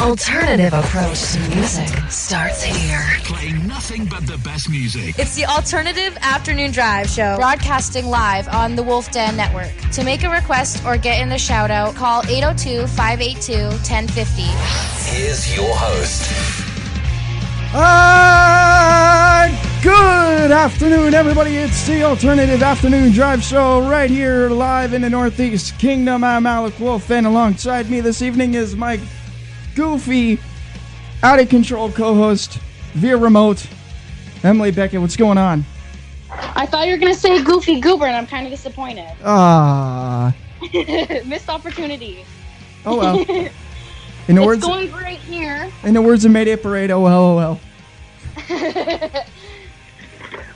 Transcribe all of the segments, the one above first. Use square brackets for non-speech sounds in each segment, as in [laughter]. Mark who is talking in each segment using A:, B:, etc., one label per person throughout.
A: alternative approach to music starts here.
B: Playing nothing but the best music.
C: It's the Alternative Afternoon Drive Show.
D: Broadcasting live on the Wolf Den Network. To make a request or get in the shout out, call 802 582 1050.
E: Here's your host.
F: Ah, good afternoon, everybody. It's the Alternative Afternoon Drive Show right here live in the Northeast Kingdom. I'm Alec Wolf, and alongside me this evening is my goofy, out of control co host via remote, Emily Beckett. What's going on?
G: I thought you were gonna say Goofy Goober, and I'm kind of disappointed. [laughs]
F: Ah,
G: Missed opportunity.
F: oh well. In the, words,
G: it's going great here.
F: in the words of Mayday Parade, oh well, oh well.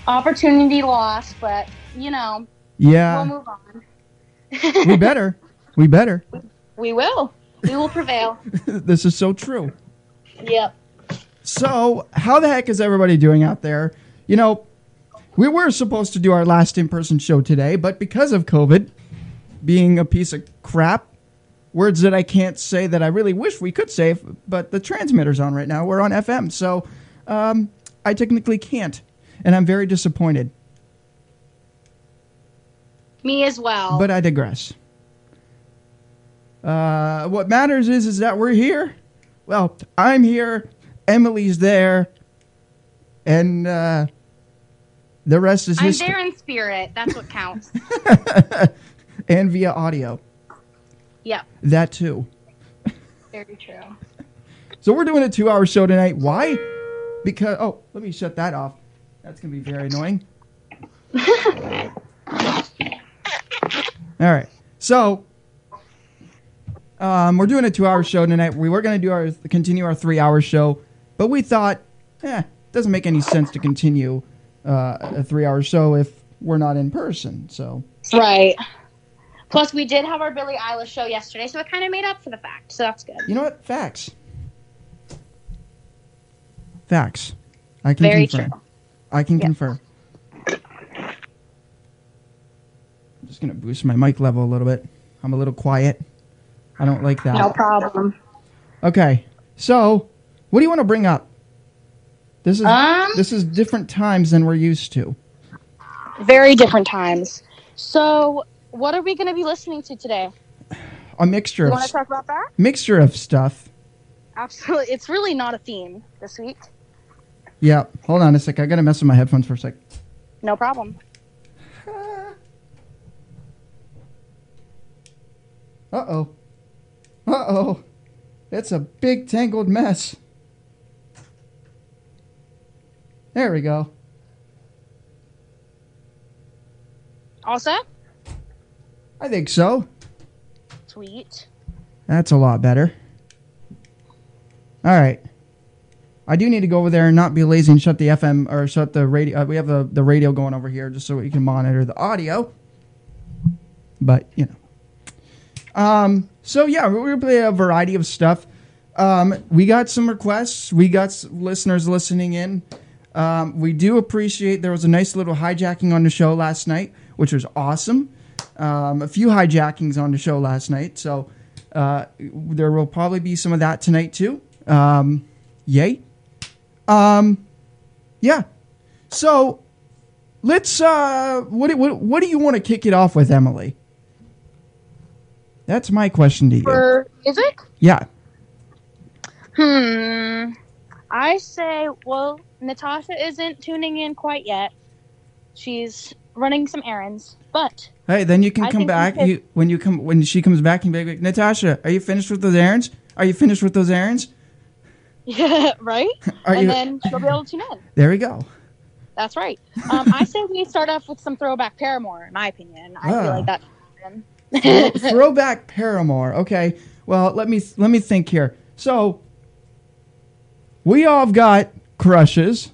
G: Opportunity lost, but you know we'll
F: Yeah,
G: move on.
F: we better. We better. [laughs]
G: We will. We will [laughs] prevail.
F: This is so true.
G: yep.
F: So, how the heck is everybody doing out there? You know, we were supposed to do our last in person show today, but because of COVID being a piece of crap, words that I can't say that I really wish we could say, but the transmitter's on right now. We're on FM, so um, I technically can't, and I'm very disappointed,
G: Me as well.
F: but I digress. Uh, what matters is is that we're here. Well, I'm here, Emily's there, and uh, the rest is
G: I'm
F: history.
G: there in spirit. That's what
F: [laughs]
G: counts.
F: and via audio.
G: yep.
F: That too.
G: Very true.
F: So we're doing a two hour show tonight. Why? Because, oh, let me shut that off. That's going to be very annoying. All right. So um, we're doing a two hour show tonight. We were going to do our continue our three hour show, but we thought, eh, doesn't make any sense to continue uh, a three hour show if we're not in person. So,
G: Right. Plus, we did have our Billie Eilish show yesterday, so it kind of made up for the fact. So that's good.
F: you know what? Facts. Facts. I can
G: Very
F: confirm.
G: true.
F: I can confirm. I'm just gonna boost my mic level a little bit. I'm a little quiet. I don't like that.
G: No problem.
F: Okay. So, what do you want to bring up? This is
G: Um.
F: this is different times than we're used to.
G: Very different times. So, what are we going to be listening to today?
F: A mixture
G: You
F: of
G: want to talk about that?
F: mixture of stuff.
G: Absolutely. It's really not a theme this week.
F: Yeah. Hold on a sec. I gotta mess with my headphones for a sec.
G: No problem.
F: Uh oh. Uh oh. It's a big tangled mess. There we go.
G: All set?
F: I think so.
G: Sweet.
F: That's a lot better. All right. I do need to go over there and not be lazy and shut the FM or shut the radio. Uh, we have the, the radio going over here just so we can monitor the audio. But, you know. Um, so, yeah, we're going to play a variety of stuff. Um, we got some requests. We got s- listeners listening in. Um, we do appreciate there was a nice little hijacking on the show last night, which was awesome. Um, a few hijackings on the show last night. So, uh, there will probably be some of that tonight too. Um, yay. Um, yeah. So let's. Uh, what, do- what what do you want to kick it off with, Emily? That's my question to you.
G: For music?
F: yeah.
G: Hmm. I say, well, Natasha isn't tuning in quite yet. She's running some errands, but [laughs]
F: Hey, then you can
G: I
F: come
G: think we
F: back.
G: could-
F: You when you come when she comes back and be like, Natasha, are you finished with those errands? Are you finished with those errands?
G: yeah, right?
F: [laughs] Are
G: and
F: you?
G: then she'll be able to tune in.
F: there
G: [laughs]
F: we go.
G: That's right. Um, I say we start off with some throwback Paramore, in my opinion. I
F: Ah.
G: feel like that.
F: throwback Paramore. Okay. Well, let me let me think here. So we all have got crushes,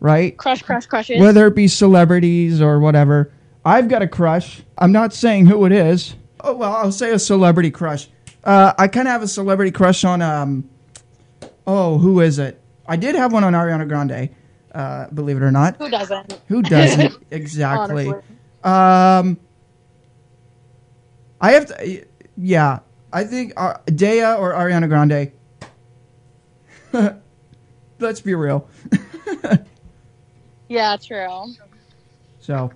F: right?
G: Crush, crush, crushes.
F: Whether it be celebrities or whatever. I've got a crush. I'm not saying who it is. Oh well, I'll say a celebrity crush. Uh, I kind of have a celebrity crush on um. Oh, who is it? I did have one on Ariana Grande. Uh, believe it or not,
G: Who doesn't?
F: who doesn't exactly?
G: Honestly.
F: Um, I have to. Yeah, I think uh, Dea or Ariana Grande. [laughs] Let's be real.
G: Yeah, true.
F: so,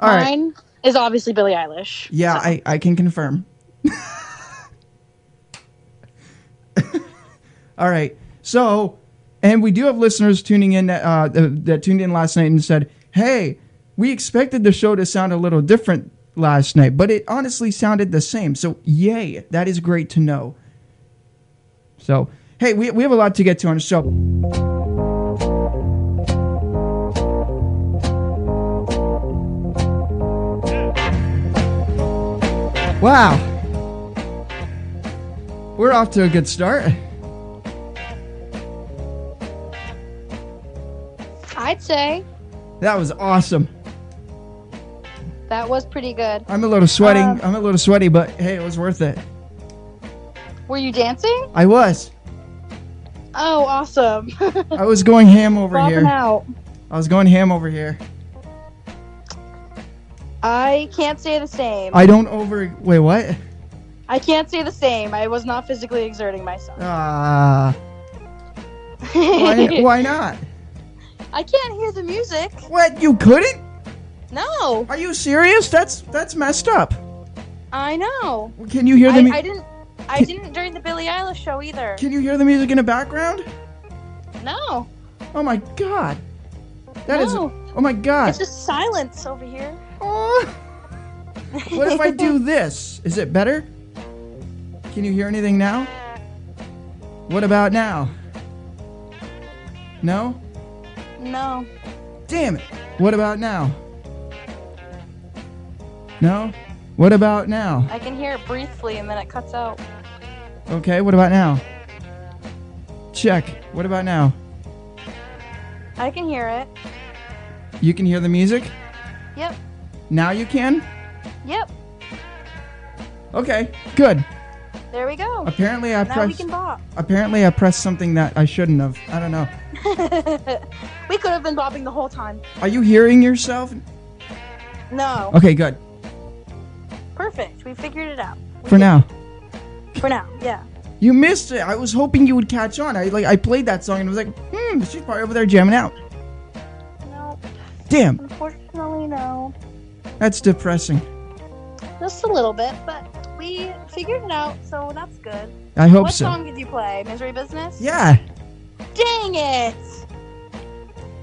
F: all right.
G: Mine is obviously Billie Eilish.
F: Yeah, I, I can confirm. [laughs] All right. So, and we do have listeners tuning in uh, that that tuned in last night and said, "Hey, we expected the show to sound a little different last night, but it honestly sounded the same." So, yay, that is great to know. So, hey, we we have a lot to get to on the show. Wow. We're off to a good start.
G: I'd say
F: That was awesome.
G: that was pretty good.
F: I'm a little sweating.
G: Um,
F: I'm a little sweaty, but hey, it was worth it.
G: Were you dancing?
F: I was.
G: Oh, awesome. [laughs]
F: I was going ham over
G: Bobbing
F: here.
G: out.
F: I was going ham over here.
G: I can't say the same.
F: I don't over. Wait, what?
G: I can't say the same. I was not physically exerting [laughs] myself.
F: Ah.
G: [laughs]
F: why, why not?
G: I can't hear the music.
F: What? You couldn't?
G: No,
F: Are you serious? That's that's messed up.
G: I know.
F: Can you hear
G: I,
F: the mu-
G: I didn't. I didn't during the Billie Eilish show either.
F: Can you hear the music in the background?
G: No,
F: Oh my god. That is.
G: No.
F: Oh my god.
G: it's just silence over here.
F: Oh. what if I do this? Is it better? Can you hear anything now? What about now? No?
G: No,
F: Damn it. What about now? No? What about now?
G: I can hear it briefly and then it cuts out.
F: Okay, what about now? Check. What about now?
G: I can hear it.
F: You can hear the music?
G: Yep,
F: Now you can?
G: yep.
F: Okay, good.
G: There we go.
F: Apparently I
G: now we
F: pressed
G: can bop.
F: apparently I pressed something that I shouldn't have. I don't know.
G: [laughs] we could have been bobbing the whole time.
F: Are you hearing yourself?
G: No,
F: Okay, good.
G: perfect. We figured it out
F: For now.
G: for now. Yeah.
F: You missed it. I was hoping you would catch on. I like I played that song and was like, hmm, she's probably over there jamming out.
G: No,
F: Damn,
G: unfortunately, no.
F: that's depressing.
G: Just a little bit, but we figured it out, so that's good.
F: I hope
G: what
F: so.
G: song did you play? Misery Business?
F: Yeah.
G: Dang it!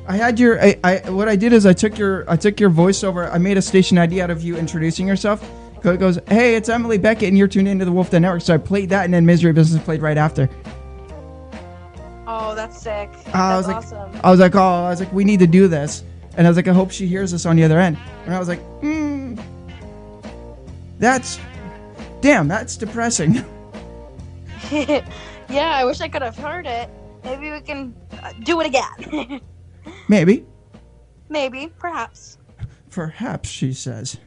F: I had your I, I what I did is I took your I took your voiceover. I made a station ID out of you introducing yourself. Go- It goes, "Hey, it's Emily Beckett and you're tuned into the Wolf Den Network." So I played that and then Misery Business played right after.
G: Oh, that's sick.
F: Ah, I
G: that's
F: was like,
G: awesome.
F: I was like, oh, I was like, we need to do this, and I was like, I hope she hears this on the other end, and I was like, hmm, that's, damn, that's depressing. [laughs]
G: [laughs] yeah, I wish I could have heard it. Maybe we can uh, do it again. [laughs]
F: Maybe,
G: Maybe, perhaps.
F: perhaps she says.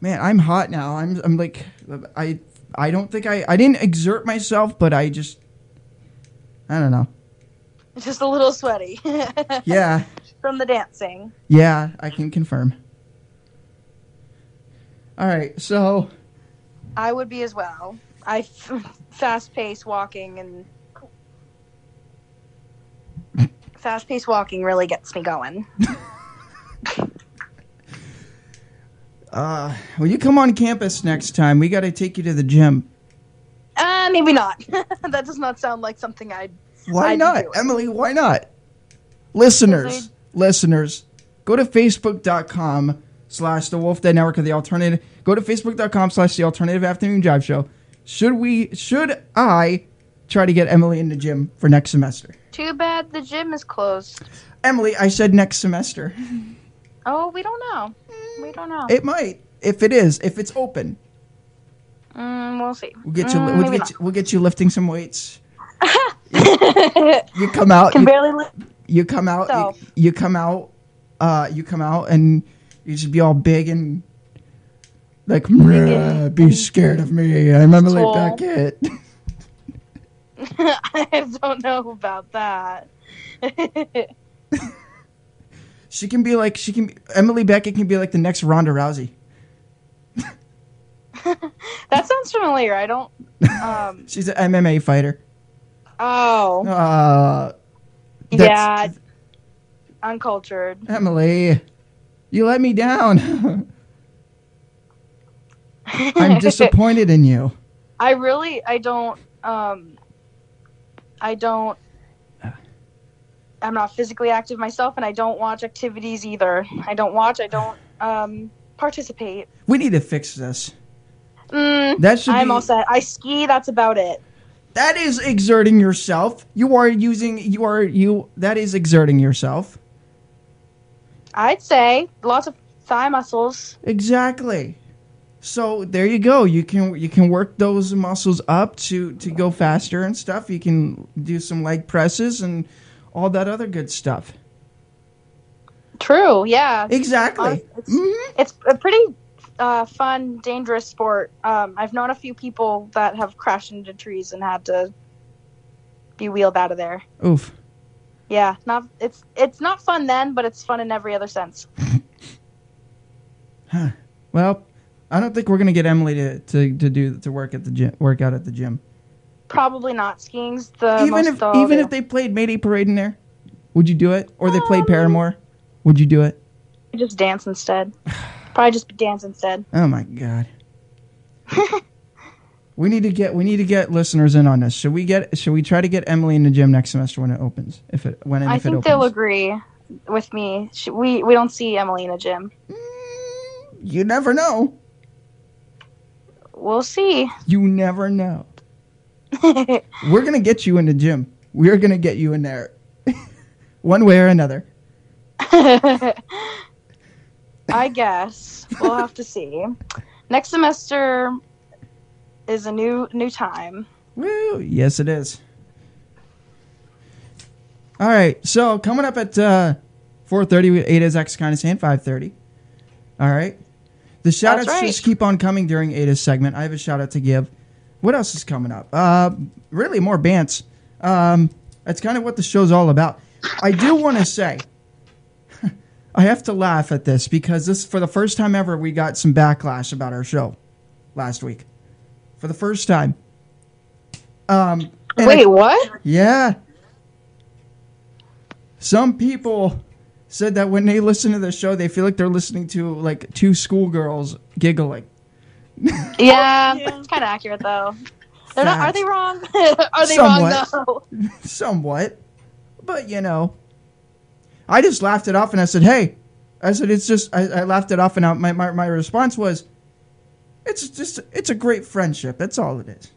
F: Man, I'm hot now. I'm, I'm like, I, I don't think I, I didn't exert myself, but I just, I don't know.
G: Just a little sweaty [laughs]
F: Yeah,
G: from the dancing.
F: yeah, I can confirm. All right, so.
G: I would be as well. I f- [laughs] fast pace walking and fast pace walking really gets me going.
F: Uh, when you come on campus next time, we got to take you to the gym.
G: Uh, maybe not. [laughs] that does not sound like something I'd.
F: Why
G: I'd
F: not,
G: do it.
F: Emily? Why not? Listeners, listeners, go to facebook.com slash the Wolf Den Network of the Alternative. Go to facebook.com slash the Alternative Afternoon Drive Show. Should we, should I try to get Emily in the gym for next semester?
G: Too bad the gym is closed.
F: Emily, I said
G: [laughs]
F: next semester.
G: Oh, we don't know. We don't know.
F: It might, if it is, if it's open.
G: Mm, we'll see.
F: We'll get you,
G: Mm,
F: we'll
G: maybe
F: get you, we'll get you lifting some weights.
G: [laughs]
F: you come out.
G: Can [laughs]
F: you-
G: barely. Li-
F: you come out
G: So-
F: you, you come out uh you come out and you just be all big and like "Bruh, be scared of me i'm emily
G: Tall.
F: beckett [laughs]
G: I don't know about that. [laughs]
F: she can be like she can emily beckett can be like the next ronda rousey
G: That sounds familiar. I don't.
F: [laughs]
G: Um.
F: She's an MMA fighter.
G: Oh.
F: Uh,
G: Yeah. Uncultured.
F: Emily, you let me down. [laughs] I'm disappointed in you.
G: I really. I don't. Um. I don't. I'm not physically active myself, and I don't watch activities either. I don't watch. I don't um, participate.
F: We need to fix this.
G: Mm,
F: That should
G: I'm
F: be,
G: all set. I ski. That's about it.
F: That is exerting yourself. You are using. You are you. That is exerting yourself.
G: I'd say lots of thigh muscles.
F: Exactly. So there you go. You can you can work those muscles up to to go faster and stuff. You can do some leg presses and all that other good stuff.
G: True. Yeah.
F: Exactly.
G: Honest- it's-
F: Mhm.
G: it's a pretty uh, fun, dangerous sport. Um, I've known a few people that have crashed into trees and had to be wheeled out of there.
F: Oof.
G: Yeah, not it's it's not fun then, but it's fun in every other sense.
F: Well, I don't think we're gonna get Emily to, to, to do to work at the gym, work out at the gym.
G: Probably not. Sking's the
F: even
G: Uh, most
F: if
G: dull
F: even
G: deal.
F: if they played Mayday Parade in there, would you do it? Or they played
G: Um,
F: Paramore, would you do it?
G: just dance instead. Probably just dance instead.
F: Oh my god. we need to get we need to get listeners in on this. Should we get should we try to get Emily in the gym next semester when it opens? If it when and
G: I
F: if it
G: think
F: opens.
G: they'll agree with me. Sh- We we don't see Emily in a gym.
F: Mm, you never know.
G: We'll see. [laughs]
F: You never know. We're gonna get you in the gym. We're gonna get you in there. [laughs] One way or another.
G: I guess we'll have to see. Next semester is a new new time.
F: Woo! Yes, it is. All right. So coming up at uh, four thirty, eight is X kind of saying five thirty. All right. The shout outs
G: right.
F: just keep on coming during Ada's segment. I have a shout out to give. What else is coming up? Uh, really, more bants. Um, that's kind of what the show's all about. I do want to say, [laughs] I have to laugh at this because this, for the first time ever, we got some backlash about our show last week. For the first time. Um, and I-
G: Wait, what?
F: yeah. Some people said that when they listen to the show, they feel like they're listening to like two schoolgirls giggling.
G: Yeah, it's kind of accurate though. They're not, are they wrong? [laughs] are they wrong
F: Somewhat.
G: though?
F: Somewhat. But you know, I just laughed it off and I said, hey, I said, it's just, I, I laughed it off and I, my, my, my response was, it's just, it's a great friendship. That's all it is.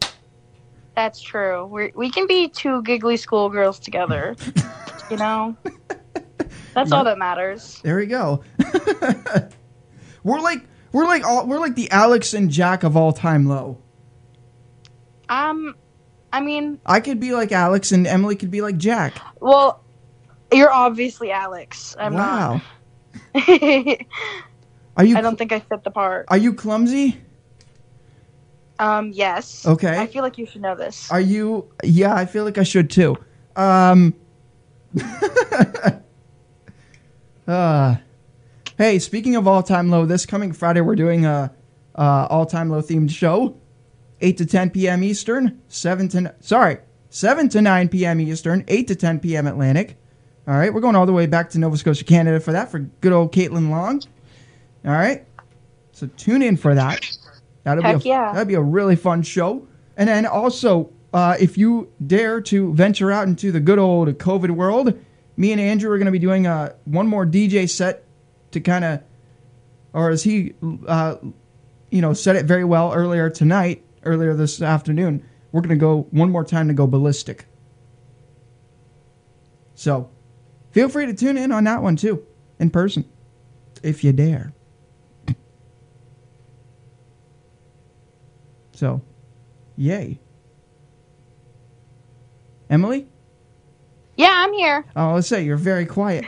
G: That's true. We we can be two giggly schoolgirls
F: [laughs]
G: together. You know, that's all that matters.
F: There we go. [laughs] we're like, we're like all, we're like the Alex and Jack of all time low.
G: Um, I mean,
F: I could be like Alex and Emily could be like Jack.
G: well, you're obviously Alex. I'm
F: wow.
G: not. [laughs] I
F: Are you
G: don't think I fit the part.
F: are you clumsy?
G: Um, yes.
F: Okay. Uh,
G: I feel like you should know this.
F: Are you Yeah, I feel like I should too. Um [laughs] uh, Hey, speaking of all-time low, this coming Friday we're doing a uh, all-time low themed show. 8 to 10 p.m. Eastern, 7 to n- sorry, 7 to 9 p.m. Eastern, 8 to 10 p.m. Atlantic. All right, we're going all the way back to Nova Scotia, Canada for that for good old Caitlin Long. All right. So tune in for that. That'll
G: Heck
F: be a,
G: yeah.
F: that'll be a really fun show. And then also, uh, if you dare to venture out into the good old COVID world, me and Andrew are going to be doing uh, one more DJ set to kind of, or as he uh, you know, said it very well earlier tonight, earlier this afternoon. We're going to go one more time to go ballistic. So feel free to tune in on that one too, in person, if you dare. So, yay. Emily?
G: Yeah, I'm here.
F: Oh, let's say you're very quiet.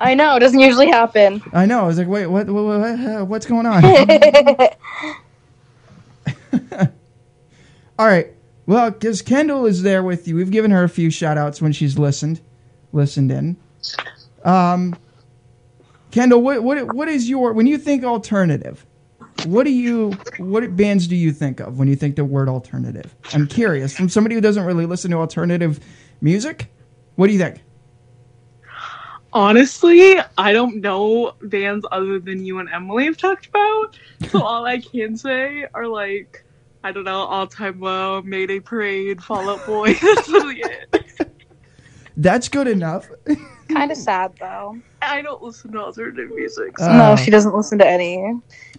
G: I know. It doesn't usually happen.
F: I know. I was like, wait, what, what, what uh, what's going on? All right. Well, because Kendall is there with you, we've given her a few shout outs when she's listened, listened in. Um, Kendall, what, what, what is your, when you think alternative, What do you what bands do you think of when you think the word alternative? I'm curious. From somebody who doesn't really listen to alternative music, what do you think?
H: Honestly, I don't know bands other than you and Emily have talked about.
F: [laughs]
H: So all I can say are like, I don't know, All Time Low, Mayday Parade, Fall Out Boy. [laughs] That's really it.
F: That's good enough.
G: Kind of sad though.
H: I don't listen to alternative music. So.
F: Uh,
G: no, she doesn't listen to any.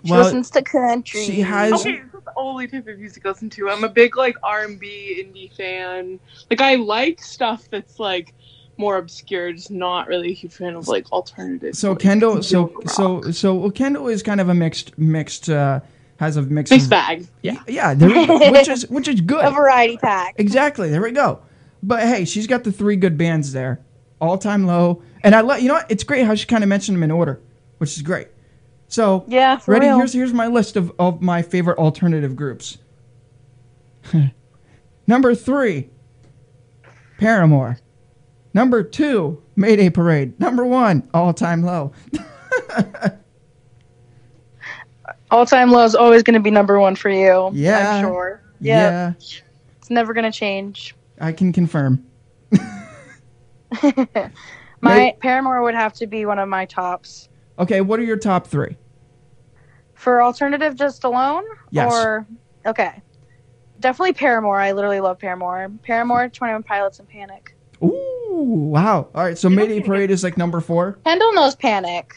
G: She
F: well,
G: listens to country.
F: she has
H: Okay, this is the only type of music I listen to. I'm a big like R&B indie fan. Like I like stuff that's like more obscure. Just not really a huge fan of like alternative.
F: so
H: like,
F: Kendall so
H: rock.
F: so so well, Kendall is kind of a mixed mixed uh has a mixed
H: mixed bag.
F: Yeah, yeah, there
G: [laughs]
F: we go. which is which is good.
G: A variety pack.
F: Exactly. There we go. But hey, she's got the three good bands there, all time low, and I love. You know what? It's great how she kind of mentioned them in order, which is great. So
G: Yeah, for
F: ready?
G: real.
F: Here's here's my list of of my favorite alternative groups. [laughs] Number three, Paramore. Number two, Mayday Parade. Number one, All Time Low.
G: All time low is always going to be number one for you.
F: Yeah.
G: I'm sure. yeah.
F: Yeah,
G: It's never going to change. [laughs]
F: I can confirm.
G: My
F: May-
G: Paramore would have to be one of my tops.
F: Okay, what are your top three?
G: For alternative just alone?
F: Yes.
G: Or okay. Definitely Paramore. I literally love Paramore. Paramore, Twenty One Pilots, and Panic.
F: Ooh, wow. All right, so Mayday Parade is like number four.
G: Kendall knows Panic,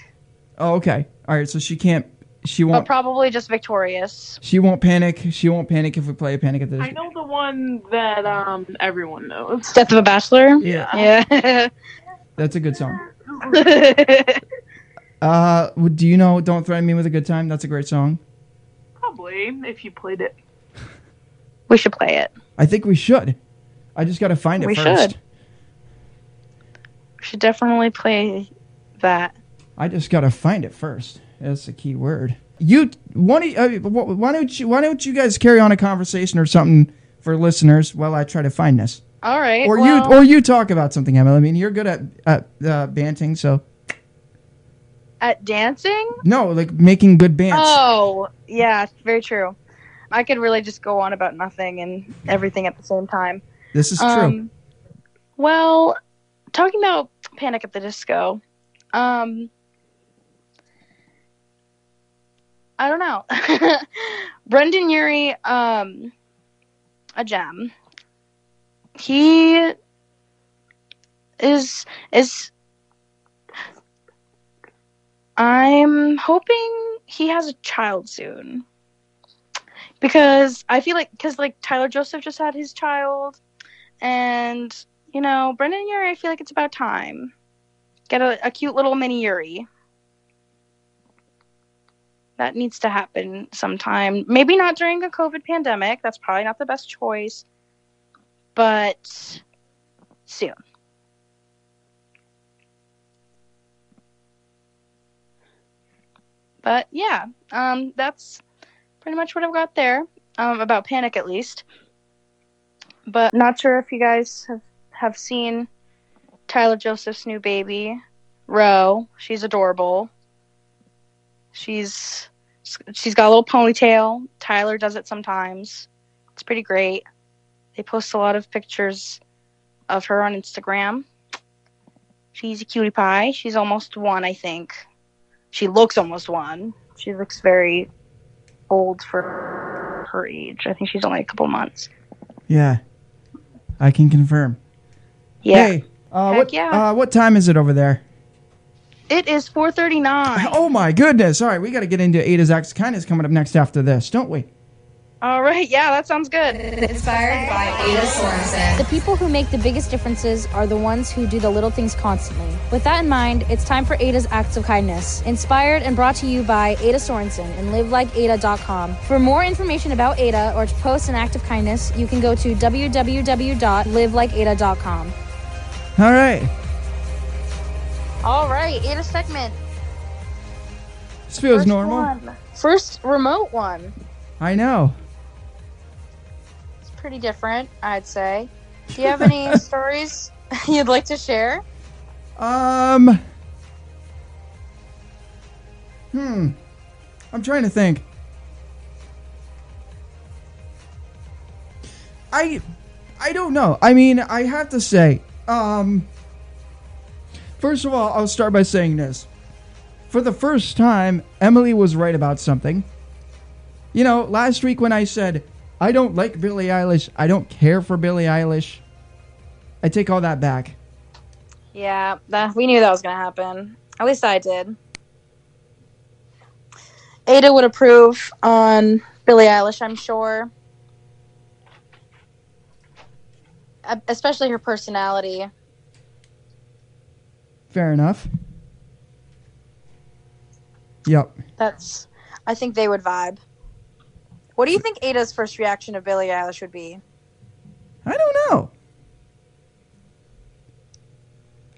F: Oh, okay. All right. So she can't. She
G: but
F: won't.
G: probably just Victorious.
F: she won't panic. She won't panic if we play Panic at the
H: I know the one that um everyone knows.
G: Death of a Bachelor.
F: Yeah.
G: [laughs] Yeah.
F: That's a good song. Uh, w- do you know "Don't Threaten Me with a Good Time"? That's a great song.
H: Probably if you played it.
G: we should play it.
F: I think we should. I just got to find it
G: We
F: first.
G: should. We should definitely play that.
F: I just got to find it first. That's the key word. You why don't, you- uh, wh- why don't you why don't you guys carry on a conversation or something for listeners while I try to find this,
G: All right.
F: or
G: well,
F: you or you talk about something, Emma. I mean, you're good at at uh, banting, so
G: at dancing?
F: no, like making good bands.
G: Oh, yeah, very true. I could really just go on about nothing and everything at the same time.
F: this is true.
G: Um, well, talking about Panic at the Disco, um, I don't know. [laughs] Brendan Urie, um, a gem. He is is. I'm hoping he has a child soon. Because I feel like, because like Tyler Joseph just had his child, and you know, Brendan Yuri, I feel like it's about time. Get a, a cute little mini Yuri. That needs to happen sometime. Maybe not during the COVID pandemic. That's probably not the best choice, but soon. But yeah, um, that's pretty much what I've got there um, about Panic, at least but not sure if you guys have, have seen Tyler Joseph's new baby, Ro. She's adorable. She's she's got a little ponytail. Tyler does it sometimes. It's pretty great. They post a lot of pictures of her on Instagram. She's a cutie pie. She's almost one, I think. She looks almost one. She looks very old for her age. I think she's only a couple months.
F: Yeah, I can confirm.
G: Yeah.
F: Hey, uh,
G: Heck
F: what,
G: yeah.
F: uh, what time is it over there?
G: It is 4:39.
F: Oh my goodness! All right, we got to get into Ada's X Kindness coming up next after this, don't we?
G: All right, yeah, that sounds good.
A: Inspired by Ada Sorensen.
D: The people who make the biggest differences are the ones who do the little things constantly. With that in mind, it's time for Ada's Acts of Kindness, inspired and brought to you by Ada Sorensen and livelikeada.com. For more information about Ada or to post an act of kindness, you can go to www.livelikeada.com.
F: All right,
G: All right, in a segment.
F: this feels normal.
G: one. First remote one.
F: I know.
G: It's pretty different, I'd say. Do you have any stories [laughs] you'd like to share?
F: Um. Hmm. I'm trying to think. I I don't know. I mean, I have to say, um first of all, I'll start by saying this. For the first time, Emily was right about something. You know, last week when I said, I don't like Billie Eilish, I don't care for Billie Eilish, I take all that back.
G: Yeah, that, we knew that was going to happen. At least I did. Ada would approve on Billie Eilish, I'm sure. Uh, Especially her personality.
F: Fair enough. Yep.
G: That's. I think they would vibe. What do you think Ada's first reaction to Billie Eilish would be?
F: I don't know.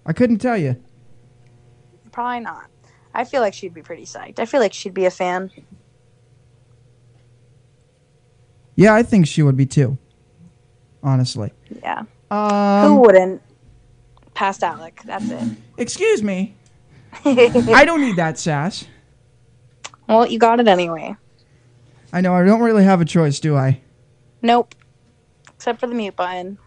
F: I couldn't tell you.
G: Probably not. I feel like she'd be pretty psyched. I feel like she'd be a fan.
F: Yeah, I think she would be too. Honestly.
G: Yeah. Who
F: Um,
G: wouldn't? Past Alec. That's
F: excuse me.
G: it.
F: I don't need that sass.
G: [laughs] well, you got it anyway.
F: I know I don't really have a choice, do I?
G: Nope. Except for the mute button.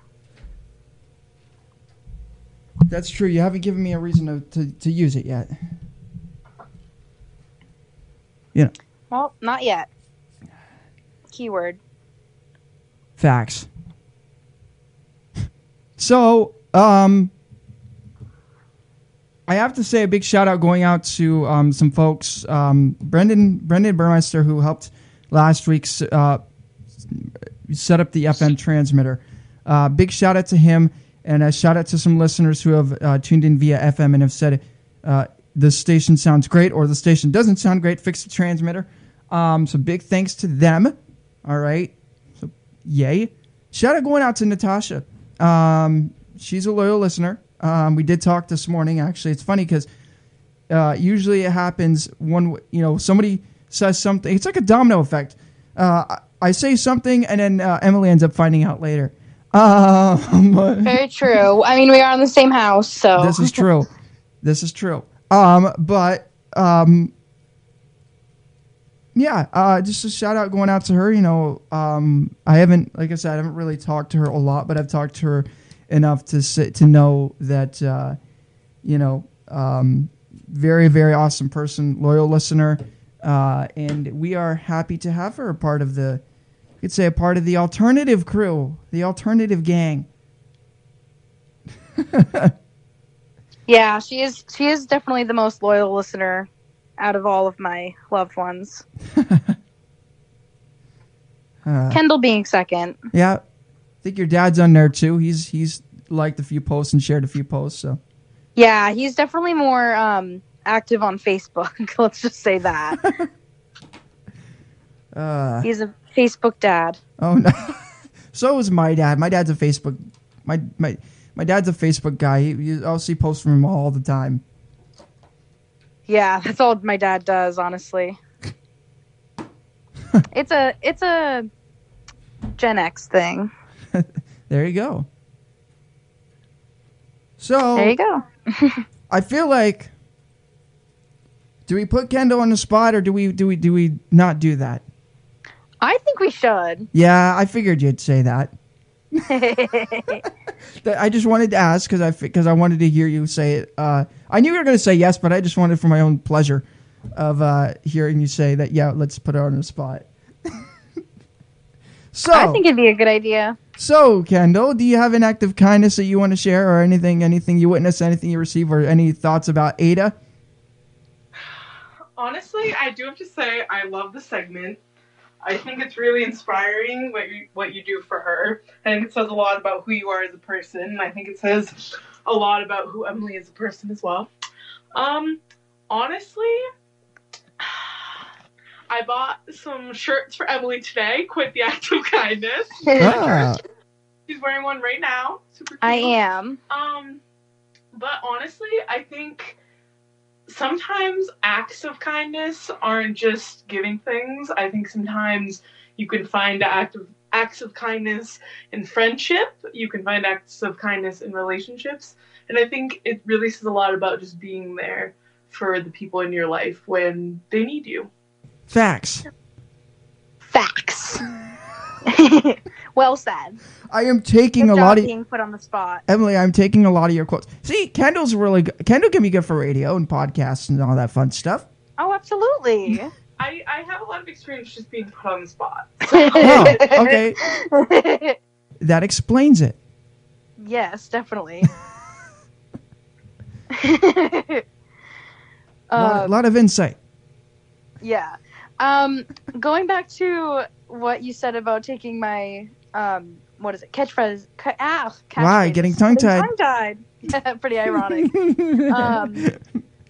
F: That's true. You haven't given me a reason to, to, to use it yet.
G: Well, not yet. Keyword.
F: Facts. So, um, I have to say a big shout out going out to um, some folks, um, Brendan Brendan Burmeister, who helped last week's uh, set up the FM transmitter. Uh, big shout out to him, and a shout out to some listeners who have uh, tuned in via FM and have said uh, the station sounds great or the station doesn't sound great. Fix the transmitter. Um, so big thanks to them. All right, so yay! Shout out going out to Natasha. Um, she's a loyal listener. Um, we did talk this morning. Actually, it's funny because uh, usually it happens one you know somebody says something it's like a domino effect uh, I- i say something and then uh, emily ends up finding out later [laughs] um,
G: Very true. I mean, we are in the same house, so.
F: this is true this is true um, but um, yeah uh, just a shout out going out to her you know um, i haven't like i said i haven't really talked to her a lot but i've talked to her enough to sit, to know that uh, you know, um, very, very awesome person, loyal listener. Uh, and we are happy to have her a part of the, you could say, a part of the alternative crew, the alternative gang.
G: yeah, she is. She is definitely the most loyal listener out of all of my loved ones.
F: Uh,
G: Kendall being second.
F: yeah. I think your dad's on there too. He's, he's liked a few posts and shared a few posts. So,
G: Yeah, he's definitely more um, active on Facebook. [laughs] Let's just say
F: [laughs]
G: that.
F: uh,
G: He's a Facebook dad.
F: oh no. [laughs] so is my dad. My dad's a Facebook, my, my, my dad's a Facebook guy. He, he- I'll see posts from him all the time.
G: Yeah, that's all my dad does, honestly.
F: [laughs]
G: it's a it's a Gen X thing.
F: There you go. So
G: There you go.
F: I feel like do we put Kendall on the spot or do we do we do we not do that?
G: I think we should.
F: Yeah, I figured you'd
G: [laughs]
F: say that. That- I just wanted to ask because I because I wanted to hear you say it. Uh, I knew you were going to say yes, but I just wanted for my own pleasure of uh, hearing you say that. Yeah, let's put her on the spot. [laughs] so
G: I think it'd be a good idea.
F: So, Kendall, do you have an act of kindness that you want to share, or anything, anything you witnessed, anything you received, or any thoughts about Ada?
H: Honestly, I do have to say I love the segment. I think it's really inspiring what you what you do for her. I think it says a lot about who you are as a person, and I think it says a lot about who Emily is a person as well. Um, honestly, [sighs] I bought some shirts for Emily today. Quit the act of kindness.
F: Ah,
H: She's wearing one right now. Super cute.
G: [laughs] I am.
H: Um, but honestly, I think sometimes acts of kindness aren't just giving things. I think sometimes you can find act of, acts of kindness in friendship. You can find acts of kindness in relationships, and I think it really says a lot about just being there for the people in your life when they need you.
F: facts. [laughs]
G: Facts. well said.
F: I am taking
G: Good
F: a
G: job
F: lot of
G: being put on the spot.
F: Emily. I'm taking a lot of your quotes. See, Kendall's really good. Kendall can be good for radio and podcasts and all that
G: [laughs]
F: fun stuff.
G: Oh,
F: [laughs]
G: absolutely.
H: I, I have a lot of experience just being put on the spot.
F: Oh, okay, that explains it.
G: [laughs] yes,
F: [laughs]
G: definitely. [laughs]
F: A lot,
G: Um,
F: lot of insight.
G: Yeah. Um, going back to what you said about taking my um, what is it catchphrase? Ca- ah, catchphrase.
F: Wow, getting tongue-tied.
G: [laughs] Tongue-tied. Pretty ironic. um,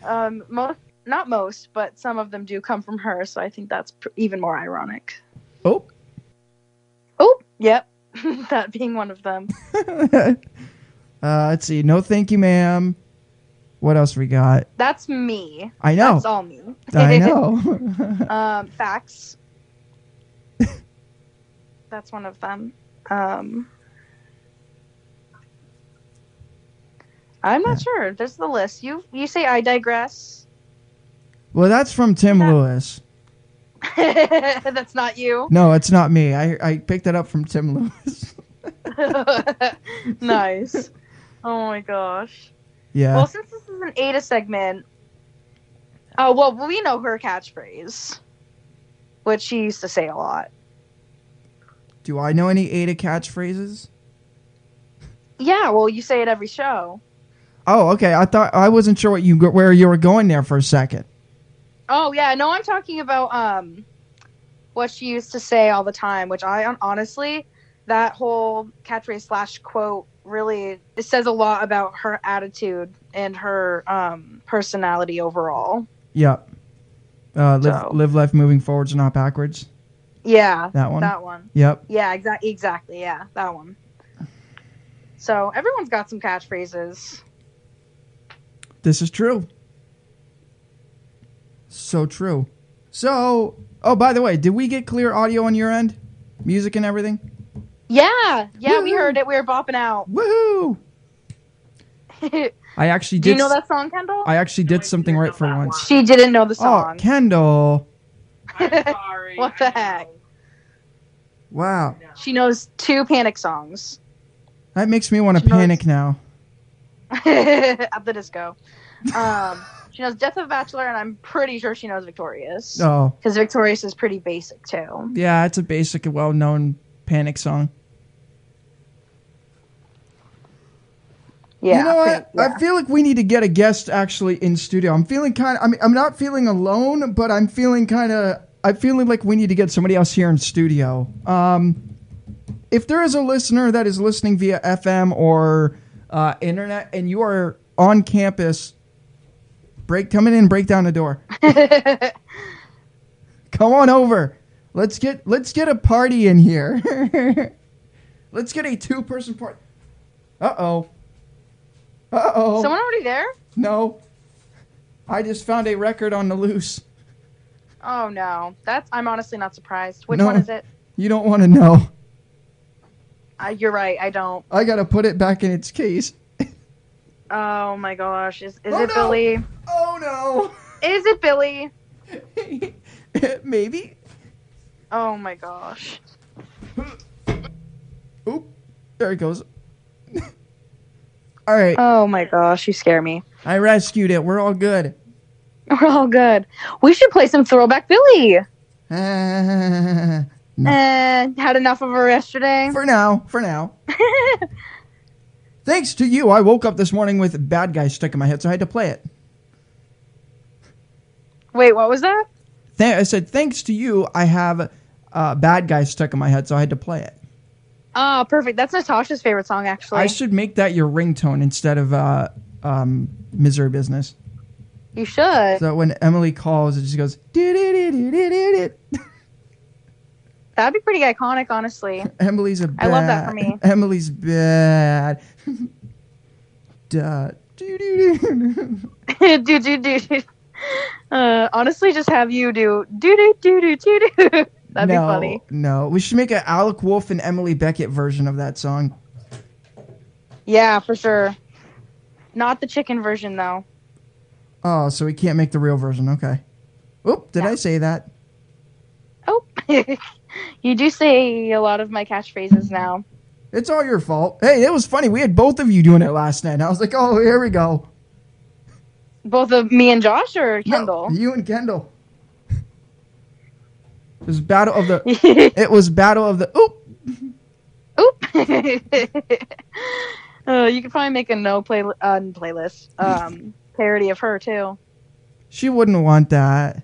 G: um, most, not most, but some of them do come from her, so I think that's pr- even more ironic.
F: [laughs] oh, [laughs]
G: Oh, yep, [laughs] that being one of them.
F: uh, let's see. No, thank you, ma'am. What else we got?
G: That's me.
F: I know.
G: That's all me.
F: Oh.
G: [laughs]
F: I know. [laughs]
G: um, facts. [laughs] That's one of them. Um, I'm not sure. There's the list. You you say I digress. [laughs]
F: well, that's from Tim Lewis.
G: That's not you. [laughs]
F: No, it's not me. I I picked that up from Tim [laughs] Lewis.
G: nice. Oh my gosh.
F: yeah.
G: Well, since this is an Ada segment, oh well, we know her catchphrase, which she used to say a lot.
F: Do I know any Ada catchphrases?
G: Yeah. Well, you say it every show.
F: Oh, okay. I thought I wasn't sure what you go- where you were going there for a second.
G: Oh yeah, no, I'm talking about um, what she used to say all the time, which I honestly, that whole catchphrase slash quote really it says a lot about her attitude and her um personality overall.
F: Yep. Uh, live,
G: So-
F: live life moving forwards, not backwards.
G: Yeah,
F: That one.
G: that one.
F: Yep.
G: Yeah, exactly, exactly. Yeah, that one. So everyone's got some catchphrases.
F: This is true. So true. So, oh, by the way, did we get clear audio on your end? Music and everything?
G: Yeah, yeah, we
F: Woo-hoo.
G: heard it. We were bopping out. [laughs]
F: Woohoo!
G: Do
F: I actually did
G: you know
F: s-
G: that song, Kendall?
F: I actually did something right for once.
G: she didn't know the
F: Oh,
G: song.
F: Kendall.
G: [laughs]
H: I'm sorry.
G: What the heck?
F: Wow.
G: She knows two panic songs.
F: That makes me want to
G: She knows-
F: panic now.
G: [laughs] at the disco. Um, she knows Death of a Bachelor, and I'm pretty sure she knows Victorious. Because
F: Oh,
G: Victorious is pretty basic, too.
F: yeah, it's a basic, well known panic song.
G: Yeah.
F: you know what?
G: pretty- yeah.
F: I feel like we need to get a guest actually in studio. I'm feeling kind of. I mean, I'm not feeling alone, but I'm feeling kind of. I'm feeling like we need to get somebody else here in studio. Um, if there is a listener that is listening via FM or uh, internet, and you are on campus, break coming in, break down the door. [laughs] Come on over. Let's get let's get a party in here. [laughs] let's get a two person party. Uh oh. Uh oh.
G: Someone already there?
F: No. I just found a record on the loose.
G: Oh, no. That's I'm honestly not surprised. Which
F: No.
G: one is it?
F: You don't want to know.
G: Uh, you're right. I don't.
F: I got to put it back in its case.
G: Oh, my gosh. Is, is
F: Oh,
G: it
F: no.
G: Billy?
F: Oh [laughs]
G: Is it Billy?
F: no. Maybe.
G: Oh, my gosh.
F: Oop. There it goes. [laughs] all right.
G: Oh, my gosh. You scare me. [laughs]
F: I rescued it. We're all good. [laughs]
G: We're all good. We should play some Throwback Billy.
F: Ah,
G: Uh, had enough of her yesterday. [laughs]
F: for now. For now. Thanks to you, I woke up this morning with bad guy stuck in my head, so I had to play it.
G: Wait, what was that?
F: Th- I said, thanks to you, I have uh, bad guy stuck in my head, so I had to play it.
G: Oh, perfect. That's Natasha's favorite song, actually.
F: I should make that your ringtone instead of uh, um, misery business.
G: you should.
F: So when Emily calls, it just goes. "Dee-dee-dee-dee-dee-dee-dee."
G: That'd be pretty iconic, honestly. [laughs]
F: Emily's a bad.
G: I love that for me.
F: Emily's bad. Duh. Doo-doo-doo.
G: do do do do. [laughs] Uh, honestly, just have you do do do do do do do. [laughs] That'd be
F: no,
G: funny.
F: No, we should make an Alec Wolf and Emily Beckett version of that song.
G: Yeah, for sure. Not the chicken version though.
F: Oh, so we can't make the real version. Okay. Oop! Did I say that?
G: Oh, [laughs] You do say a lot of my catchphrases now.
F: It's all your fault. Hey, it was funny. We had both of you doing it last night. and I was like, oh, here we go.
G: Both of me and Josh or
F: No,
G: Kendall?
F: you and Kendall. It was battle of the. [laughs] It was battle of the. Oop.
G: [laughs] Oop. [laughs] uh, you could probably make a no play uh, playlist
F: [laughs]
G: um, parody of her too.
F: She wouldn't want that.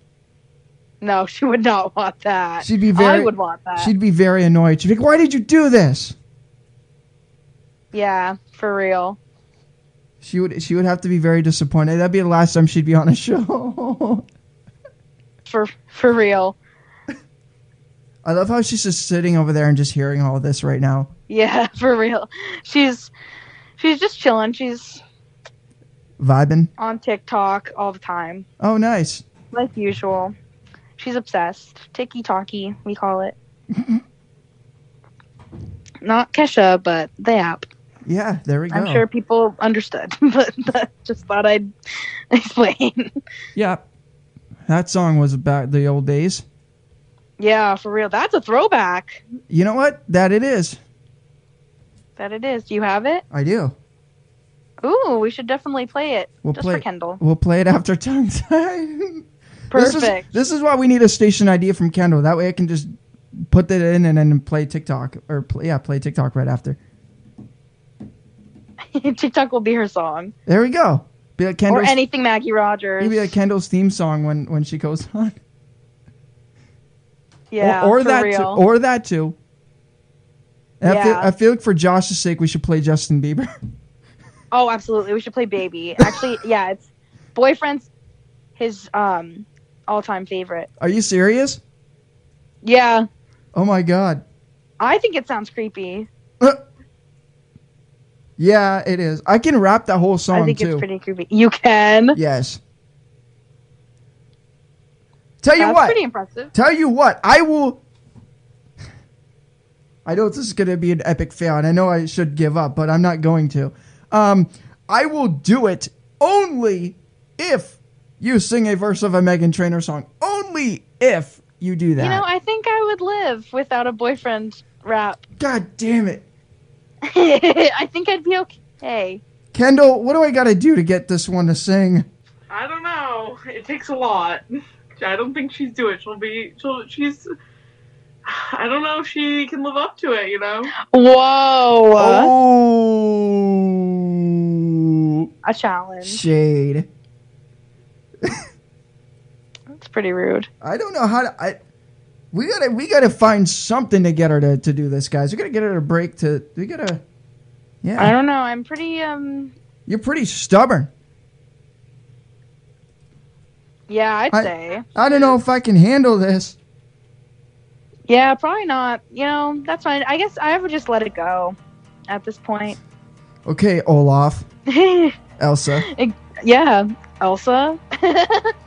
G: No, [laughs] she would not want that.
F: She'd be very.
G: I would want that.
F: She'd be very annoyed. She'd be like, "Why did you do this?"
G: Yeah, for real.
F: She would. She would have to be very disappointed. That'd be the last time she'd be on a show. [laughs]
G: For for real.
F: I love how she's just sitting over there and just hearing all this right now.
G: Yeah, [laughs] for real. She's she's just chilling. She's
F: Vibing.
G: on TikTok all the time,
F: Oh, nice.
G: like usual. She's obsessed. Tiki talkie, we call it. Not Kesha, but the app.
F: Yeah, there we go.
G: I'm sure people understood, [laughs] but but just thought I'd [laughs] explain. [laughs]
F: Yeah. That song was about the old days.
G: yeah, for real. That's a throwback.
F: You know what? That it is.
G: That it is. Do you have it?
F: I do.
G: Ooh, we should definitely play it.
F: We'll
G: just
F: play
G: for Kendall.
F: We'll play it after tongue [laughs] time. This is-
G: Perfect. [laughs]
F: This is, why we need a station idea from Kendall. That way I can just put that in and then play TikTok or play, yeah, play TikTok right after.
G: TikTok will be her song.
F: There we go. Be like
G: Or
F: Kendall's,
G: anything Maggie Rogers.
F: it'd be like Kendall's theme song when when she goes on.
G: yeah,
F: or, or
G: for
F: that
G: real.
F: too. Or that too. And I, feel,
G: Yeah.
F: I feel like for Josh's sake, we should play Justin Bieber. [laughs]
G: oh, absolutely. We should play Baby. Actually, yeah, it's boyfriend's his um all-time favorite.
F: Are you serious?
G: Yeah,
F: Oh my god. [laughs]
G: I think it sounds creepy.
F: Yeah, it is. I can rap that whole song
G: I think
F: too.
G: it's pretty creepy. You can.
F: Yes. Tell you
G: That's
F: what.
G: pretty impressive.
F: Tell you what. I will. I know this is going to be an epic fail, and I know I should give up, but I'm not going to. Um, I will do it only if you sing a verse of a Megan Trainor song. Only if you do that.
G: You know, I think I would live without a boyfriend rap. [laughs]
F: God damn it,
G: I think I'd be okay.
F: Kendall. What do I got to do to get this one to sing?
H: I don't know. It takes a lot. I don't think she's do it. She'll be. She'll. She's. I don't know if she can live up to it. You know.
G: Whoa.
F: Oh,
G: A challenge.
F: shade.
G: That's pretty rude.
F: I don't know how to. I we gotta we gotta find something to get her to, to do this, guys. We gotta get her to break to. We gotta. Yeah,
G: I don't know. I'm pretty um
F: you're pretty stubborn.
G: yeah, I'd
F: I-
G: say.
F: I don't know if I can handle this.
G: Yeah, probably not. You know, that's fine. I guess I would just let it go at this point. [laughs]
F: Okay, Olaf,
G: yeah,
F: Elsa.
G: Elsa.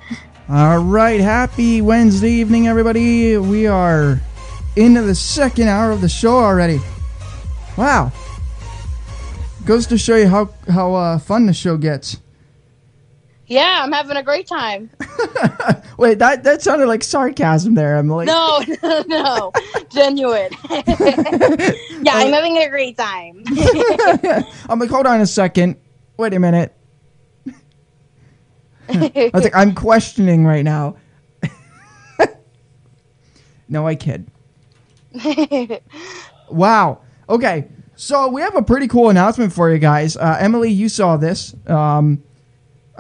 G: [laughs]
F: All right, happy Wednesday evening, everybody. We are into the second hour of the show already. Wow, goes to show you how how uh, fun the show gets.
G: yeah, I'm having a great time.
F: Wait, that that sounded like sarcasm there, Emily.
G: No, no, no. Genuine. yeah, I'm having a great time.
F: I'm like, hold on a second. Wait a minute. I was like, I'm questioning right now. [laughs] no, I kid. Wow. Okay. So we have a pretty cool announcement for you guys. Uh, Emily, you saw this. Um,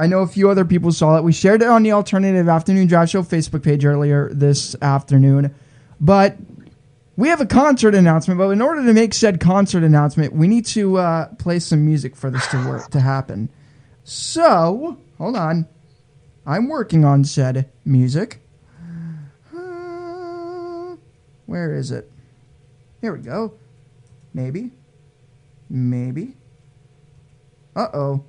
F: I know a few other people saw it. We shared it on the Alternative Afternoon Drive Show Facebook page earlier this afternoon. But we have a concert announcement. But in order to make said concert announcement, we need to uh, play some music for this to work to happen. So hold on, I'm working on said music. [sighs] Uh, Where is it? Here we go. Maybe. Maybe. Uh oh.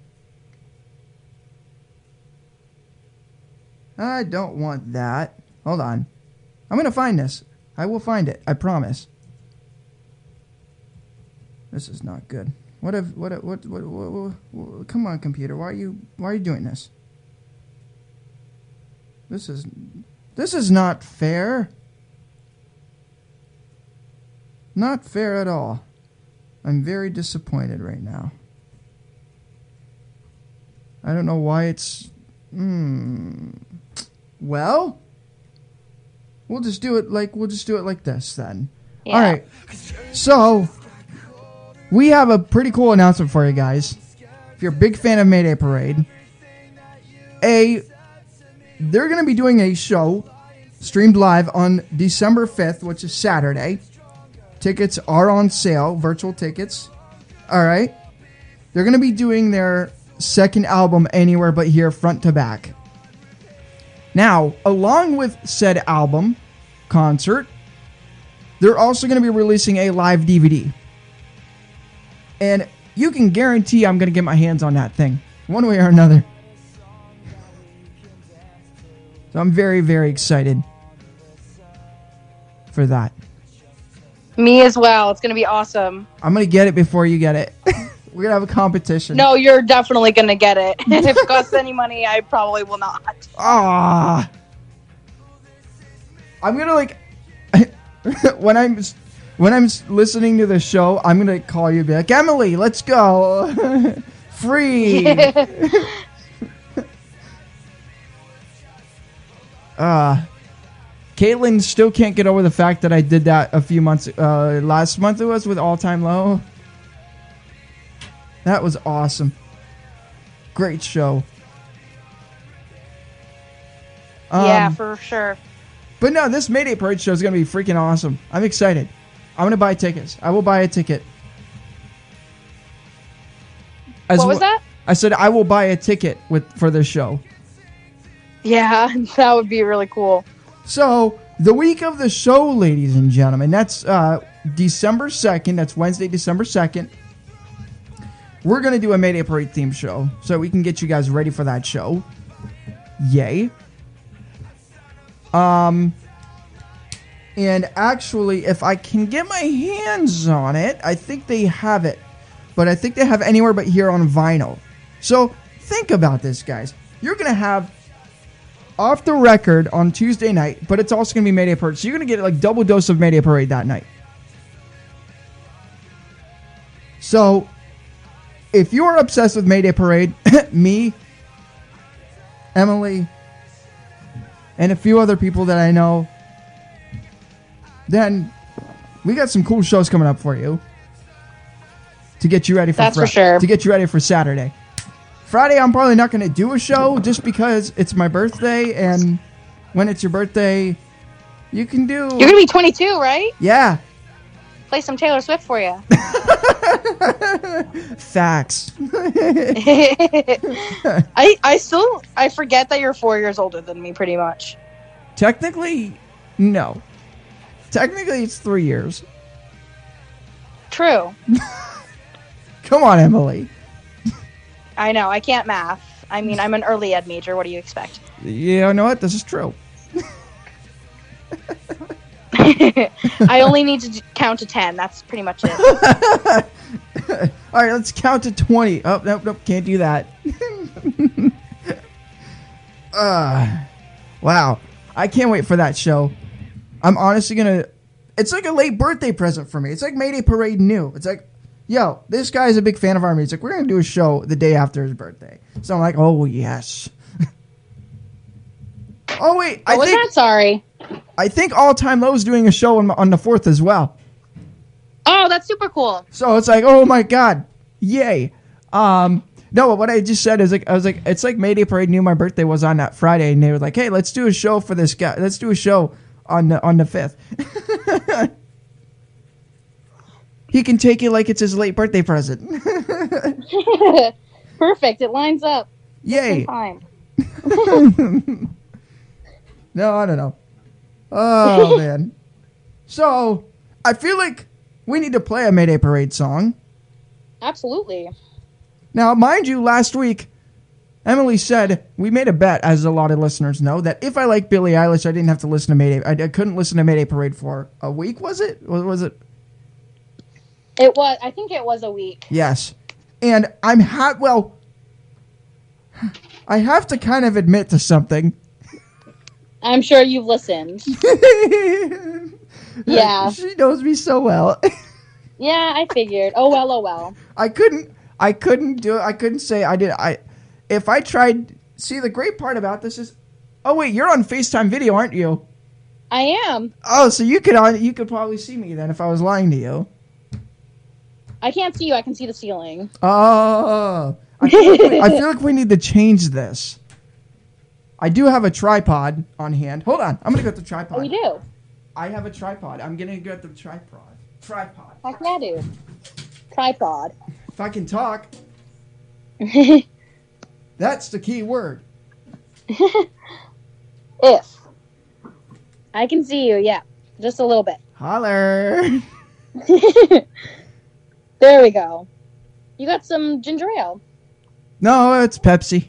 F: I don't want that. Hold on. I'm going to find this. I will find it. I promise. This is not good. What if what if- what what, what, what, what come on computer. Why are you why are you doing this? This is this is not fair. Not fair at all. I'm very disappointed right now. I don't know why it's. Hmm. Well, we'll just do it like we'll just do it like this then. All right. So we have a pretty cool announcement for you guys. If you're a big fan of Mayday Parade, a they're going to be doing a show streamed live on December 5th, which is Saturday. Tickets are on sale, virtual tickets. All right. They're going to be doing their second album, Anywhere But Here, front to back. Now, along with said album concert, they're also going to be releasing a live DVD. And you can guarantee I'm going to get my hands on that thing, one way or another. So I'm very, very excited for that.
G: Me as well. It's gonna be awesome.
F: I'm going to get it before you get it. [laughs] We're going to have a competition.
G: No, you're definitely gonna get it. [laughs] And if it costs any money, I probably will not.
F: Ah. I'm gonna like [laughs] when I'm s- when I'm s- listening to the show, I'm gonna call you, and be like, Emily, let's go, [laughs] free. [laughs] uh Caitlin still can't get over the fact that I did that a few months uh last month. It was with all time low. That was awesome. Great show.
G: yeah,
F: Um,
G: for sure.
F: but no, this Mayday Parade show is going to be freaking awesome. I'm excited. I'm going to buy tickets. I will buy a ticket. As
G: What was
F: w-
G: that?
F: I said I will buy a ticket with for this show.
G: Yeah, [laughs] that would be really cool.
F: So the week of the show, ladies and gentlemen, that's uh, December second. That's Wednesday, December second. We're gonna do a Mayday Parade theme show, so we can get you guys ready for that show. Yay! Um, and actually, if I can get my hands on it, I think they have it, but I think they have anywhere but here on vinyl. So think about this, guys. You're gonna have off the record on Tuesday night, but it's also going to be Mayday Parade. So you're going to get like double dose of Mayday Parade that night. So if you're obsessed with Mayday Parade, [coughs] me, Emily, and a few other people that I know, then we got some cool shows coming up for you to get you ready for
G: That's for
F: Fri-
G: sure.
F: to get you ready for Saturday. Friday, I'm probably not going to do a show just because it's my birthday, and when it's your birthday, you can do
G: You're gonna be 22, right?
F: yeah
G: Play some Taylor Swift for you.
F: facts. [laughs]
G: [laughs] I I still I forget that you're four years older than me, pretty much.
F: Technically, no. Technically, it's three years.
G: True.
F: Come on, Emily.
G: I know. I can't math. I mean, I'm an early ed major. What do you [laughs] expect?
F: You know what? This is true.
G: I only need to d- count to ten. That's pretty much [laughs] it.
F: All right, let's count to 20. Oh, nope, nope, can't do that. [laughs] uh, wow. I can't wait for that show. I'm honestly going to. It's like a late birthday present for me. It's like Mayday Parade new. It's like, yo, this guy's a big fan of our music. We're going to do a show the day after his birthday. So I'm like, oh, yes. [laughs] oh, wait. I
G: What was
F: think,
G: that? Sorry.
F: I think All Time Low is doing a show on, on the 4th as well.
G: Oh, that's super cool.
F: So it's like, oh my god, yay! Um, no, but what I just said is like, I was like, it's like Mayday Parade knew my birthday was on that Friday, and they were like, hey, let's do a show for this guy. Let's do a show on the on the fifth. [laughs] he can take it like it's his late birthday present.
G: [laughs] Perfect. It lines up.
F: yay!
G: Fine.
F: [laughs] No, I don't know. Oh man. So I feel like we need to play a Mayday Parade song.
G: Absolutely.
F: Now, mind you, last week, Emily said we made a bet, as a lot of listeners know, that if I like Billie Eilish, I didn't have to listen to Mayday. I, I couldn't listen to Mayday Parade for a week. Was it? Was, was it?
G: It was. I think it was a week.
F: Yes. And I'm ha- well. I have to kind of admit to something. [laughs]
G: I'm sure you've listened. Yeah.
F: she knows me so well.
G: Yeah, I figured. Oh well, oh well.
F: I couldn't. I couldn't do. it. I couldn't say I did. I if I tried. See, the great part about this is, oh wait, you're on Facetime video, aren't you?
G: I am.
F: Oh, so you could on you could probably see me then if I was lying to you.
G: I can't see you. I can see the ceiling.
F: Oh, I feel like we, I feel like we need to change this. I do have a tripod on hand. Hold on, I'm gonna get the tripod.
G: Oh, you do.
F: I have a tripod. I'm gonna get the tripod. Tripod.
G: How can I do? Tripod.
F: If I
G: [laughs]
F: can talk, that's the key word.
G: if I can see you, yeah, just a little bit.
F: Holler.
G: there we go. You got some ginger ale.
F: No, it's Pepsi.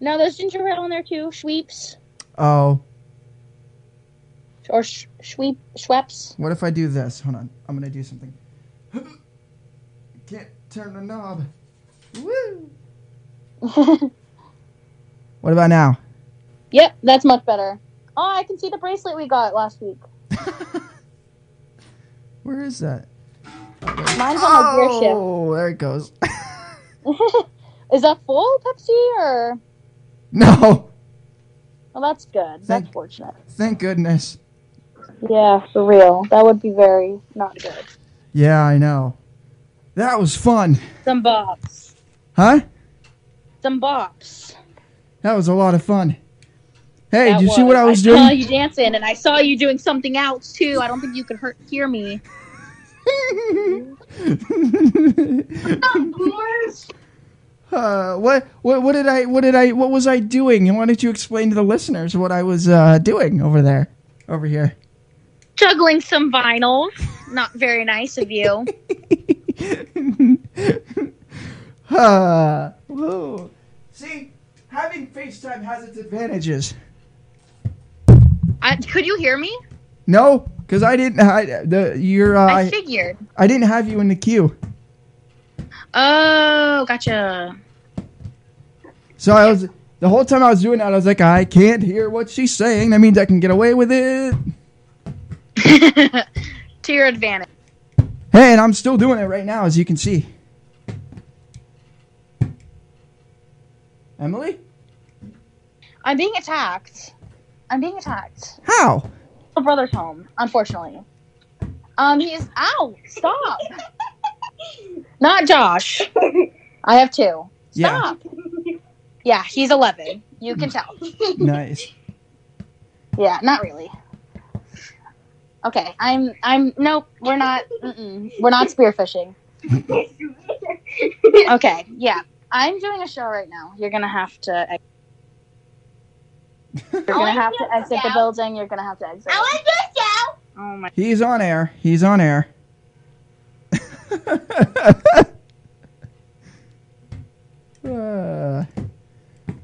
G: No, there's ginger ale in there too. Schweeps
F: Oh,
G: or sh- Schweep Schweppes.
F: what if I do this? Hold on, I'm gonna do something. [gasps] Can't turn the knob. Woo.
G: [laughs]
F: What about now?
G: yep, that's much better. Oh, I can see the bracelet we got last week.
F: [laughs]
G: [laughs]
F: Where is that?
G: Mine's on my gear shift.
F: Oh, there it goes. [laughs]
G: Is that full Pepsi or?
F: no,
G: Well, that's good. That's
F: Thank-
G: fortunate.
F: thank goodness.
G: Yeah, for real. That would be very not good.
F: Yeah, I know. That was fun,
G: Some bops.
F: huh?
G: Some bops.
F: That was a lot of fun. Hey,
G: That
F: did you see
G: was.
F: what I was
G: I saw
F: doing?
G: you dancing, and I saw you doing something else too. I don't think you could hurt, hear me. [laughs]
H: Boys,
F: [laughs] uh, what, what what did I what did I what was I doing? And why don't you explain to the listeners what I was uh, doing over there, over here? [laughs]
G: Juggling some vinyls. Not very nice of
F: [laughs]
G: you.
F: Uh, whoa. See, having FaceTime has its advantages.
G: I, could you hear me?
F: No, because I didn't. I the you're uh,
G: I
F: I,
G: figured.
F: I didn't have you in the queue,
G: Oh, gotcha. [laughs]
F: so I was the whole time I was doing that. I was like, I can't hear what she's saying. That means I can get away with it.
G: to your advantage.
F: Hey, and I'm still doing it right now, as you can see. Emily,
G: I'm being attacked. I'm being attacked.
F: how?
G: My brother's home, unfortunately. Um, he is out.
F: [laughs]
G: Stop. Not Josh. I have two.
F: Yeah,
G: Stop. Yeah, he's 11. You can tell.
F: nice.
G: Yeah, not really. Okay, I'm. I'm. Nope, we're not. Mm-mm, we're not spearfishing. Okay, yeah, I'm doing a show right now. You're gonna have to. ex- You're gonna have to exit the building. You're gonna have to exit. Oh my.
F: He's on air. He's on air. [laughs] Uh,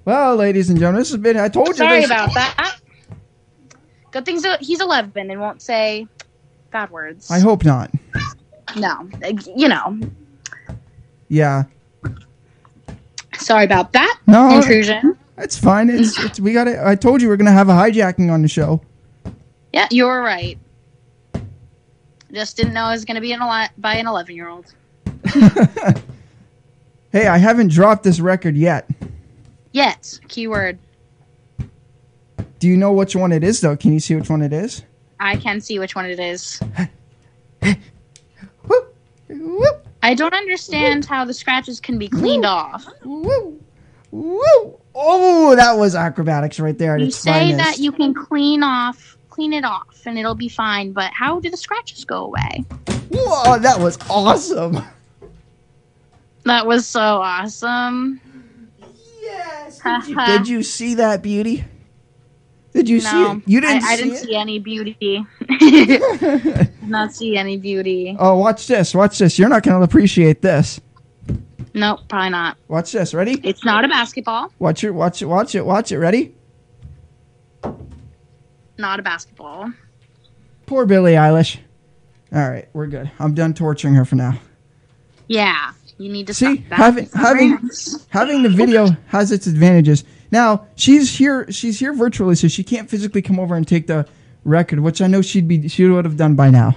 F: well, ladies and gentlemen, this has been. I told you.
G: Sorry
F: this-
G: about that. Good thing so- he's 11 and won't say bad words.
F: I hope not.
G: no, like, you know.
F: Yeah.
G: Sorry about that
F: No,
G: intrusion.
F: it's fine.
G: [laughs]
F: It's, it's we got it. I told you we're gonna have a hijacking on the show.
G: Yeah, you were right. Just didn't know it was going to be an ele- by an 11 year old.
F: Hey, I haven't dropped this record yet.
G: Yet, keyword.
F: Do you know which one it is though? Can you see which one it is?
G: I can see which one it is.
F: Whoop, whoop,
G: I don't understand how the scratches can be cleaned off.
F: whoop, whoop. Oh, that was acrobatics right there. at
G: You
F: its
G: say that
F: finest.
G: you can clean off, clean it off, and it'll be fine. But how do the scratches go away?
F: Whoa, that was awesome.
G: That was so awesome.
F: Yes.
G: [laughs]
F: Did you, did you see that beauty? Did you see
G: No,
F: it? You didn't
G: Um, I, I
F: see
G: didn't
F: it?
G: see any
F: [laughs]
G: beauty. [laughs] Did not see any beauty.
F: Oh, watch this. Watch this. You're not going to appreciate this.
G: Nope, probably not.
F: Watch this. Ready?
G: It's not a basketball.
F: Watch it. Watch it. Watch it. Watch it. Ready?
G: Not a basketball.
F: Poor Billie Eilish. All right, we're good. I'm done torturing her for now.
G: Yeah, you need to
F: See,
G: stop that.
F: having- having- Having the video has its advantages. Now she's here. She's here virtually, so she can't physically come over and take the record, which I know she'd be she would have done by now.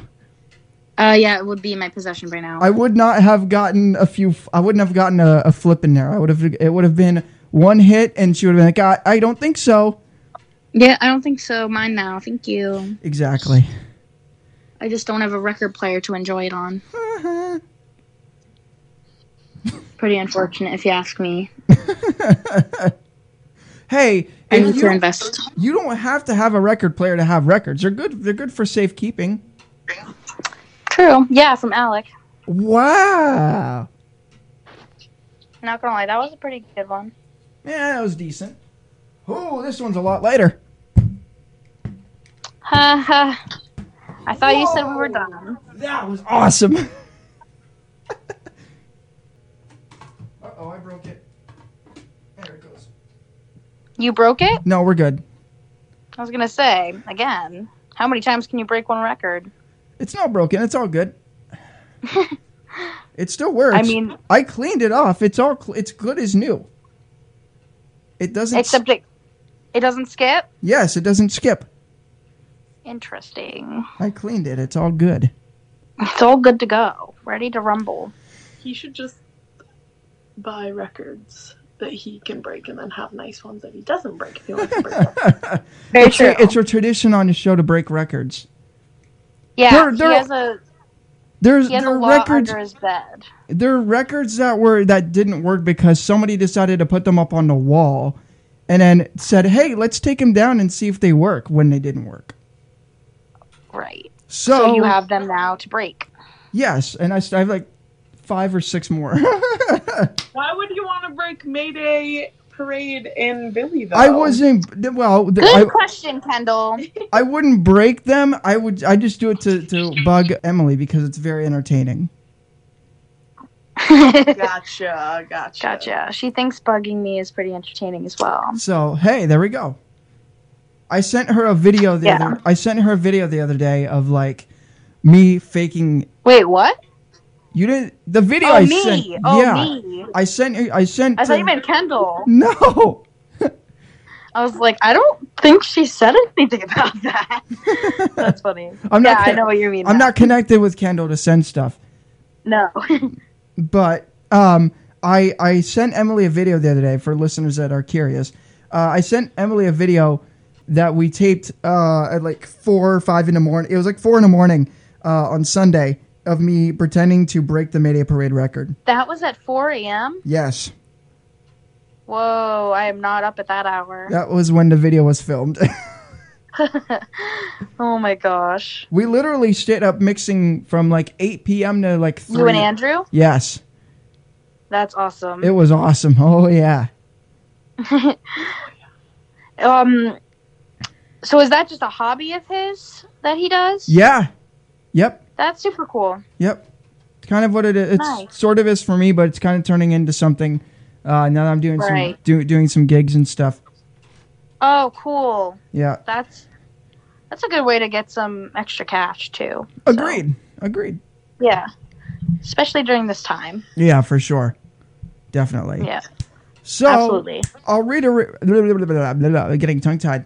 I: Uh, yeah, it would be in my possession by now.
F: I would not have gotten a few. I wouldn't have gotten a, a flip in there. I would have. It would have been one hit, and she would have been like, "I, I don't think so."
I: yeah, I don't think so. Mine now. Thank you.
F: Exactly. [laughs]
I: I just don't have a record player to enjoy it on. Pretty unfortunate, if you ask me.
F: Hey,
I: I
F: if
I: need to
F: you,
I: invest.
F: you don't have to have a record player to have records. They're good. They're good for safekeeping.
I: True. Yeah, from Alec.
F: Wow.
G: Not gonna lie, that was a pretty [laughs] good one.
F: Yeah, that was decent. Oh, this one's a lot later.
I: Ha ha. I thought you said we were done.
F: That was awesome. [laughs] uh oh, I broke it. There it goes.
G: You broke it?
F: No, we're good.
G: I was gonna say again. How many times can you break one record?
F: It's not broken. It's all [laughs] good. it still works.
G: I mean-
F: I cleaned it off. It's all. Cl- it's good as new. It doesn't.
G: Except it, it doesn't skip.
F: yes, it doesn't skip.
G: Interesting.
F: I cleaned it. It's all good.
G: It's all good to go. Ready to rumble.
H: He should just buy records that he can break and then have nice ones that he doesn't break if he wants to break. them.
G: Very
F: it's, A, it's a tradition on the show to break records.
G: yeah,
F: There- there-
G: he has a
F: There's
G: he has
F: there
G: a
F: are
G: lot
F: records.
G: under his bed.
F: there are records that were that didn't work because somebody decided to put them up on the wall, and then said, "Hey, let's take them down and see if they work." When they didn't work.
G: Right.
F: So,
G: So you have them now to break.
F: yes, and I, st- I have like five or six more. [laughs]
H: Why would you want to break Mayday Parade and Billy though?
F: I wasn't well. th-
G: Good
F: I,
G: question, Kendall.
F: I wouldn't break them. I would. I just do it to to bug Emily because it's very entertaining.
H: Gotcha, gotcha.
G: Gotcha. She thinks bugging me is pretty entertaining as well.
F: So hey, there we go. I sent her a video the
G: Yeah.
F: other. I sent her a video the other day of like me faking.
G: Wait, what?
F: You didn't. The video
G: Oh
F: I
G: me.
F: sent.
G: Oh
F: yeah.
G: me.
F: I sent. her- I sent.
G: I thought you
F: to-
G: meant Kendall.
F: [laughs] No.
G: I was like, I don't think she said anything about
F: [laughs]
G: that. That's funny.
F: I'm
G: yeah,
F: not.
G: I
F: con-
G: know what you mean.
F: I'm
G: now.
F: not connected with Kendall to send stuff.
G: No. [laughs]
F: but um, I I sent Emily a video the other day for listeners that are curious. Uh, I sent Emily a video that we taped uh, at like four or five in the morning. It was like four in the morning uh, on Sunday of me pretending to break the Mayday Parade record.
G: that was at 4 a.m.
F: Yes,
G: Whoa, I am not up at that hour.
F: that was when the video was filmed. [laughs]
G: Oh my gosh.
F: we literally stayed up mixing from like 8 p.m. to like three.
G: You and Andrew?
F: Yes,
G: That's awesome.
F: it was awesome. [laughs] Oh yeah.
G: um, so is that just a hobby of his that he does?
F: Yeah. Yep.
G: That's super cool.
F: Yep. It's kind of what it is. It's
G: Nice.
F: sort of is for me, but it's kind of turning into something. Uh, now that I'm doing some
G: Right.
F: do, doing some gigs and stuff.
G: Oh, cool.
F: Yeah.
G: That's that's a good way to get some extra cash too. So,
F: Agreed. Agreed.
G: yeah. Especially during this time.
F: Yeah, for sure. Definitely.
G: Yeah.
F: so
G: absolutely.
F: I'll read a re- blah, blah, blah, blah, blah, blah, getting tongue tied.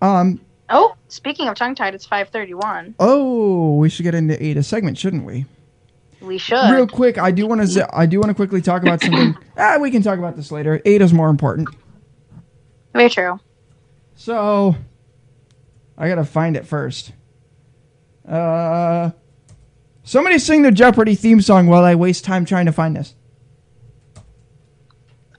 F: Um.
G: Oh, speaking of tongue tied, it's 5:31.
F: Oh, we should get into Ada segment, shouldn't we?
G: We should.
F: Real quick, I do want to. I do want to quickly talk about
G: [coughs]
F: something. ah, we can talk about this later. Ada's more important.
G: Very true.
F: So I gotta find it first. Uh, somebody sing the Jeopardy theme song while I waste time trying to find this.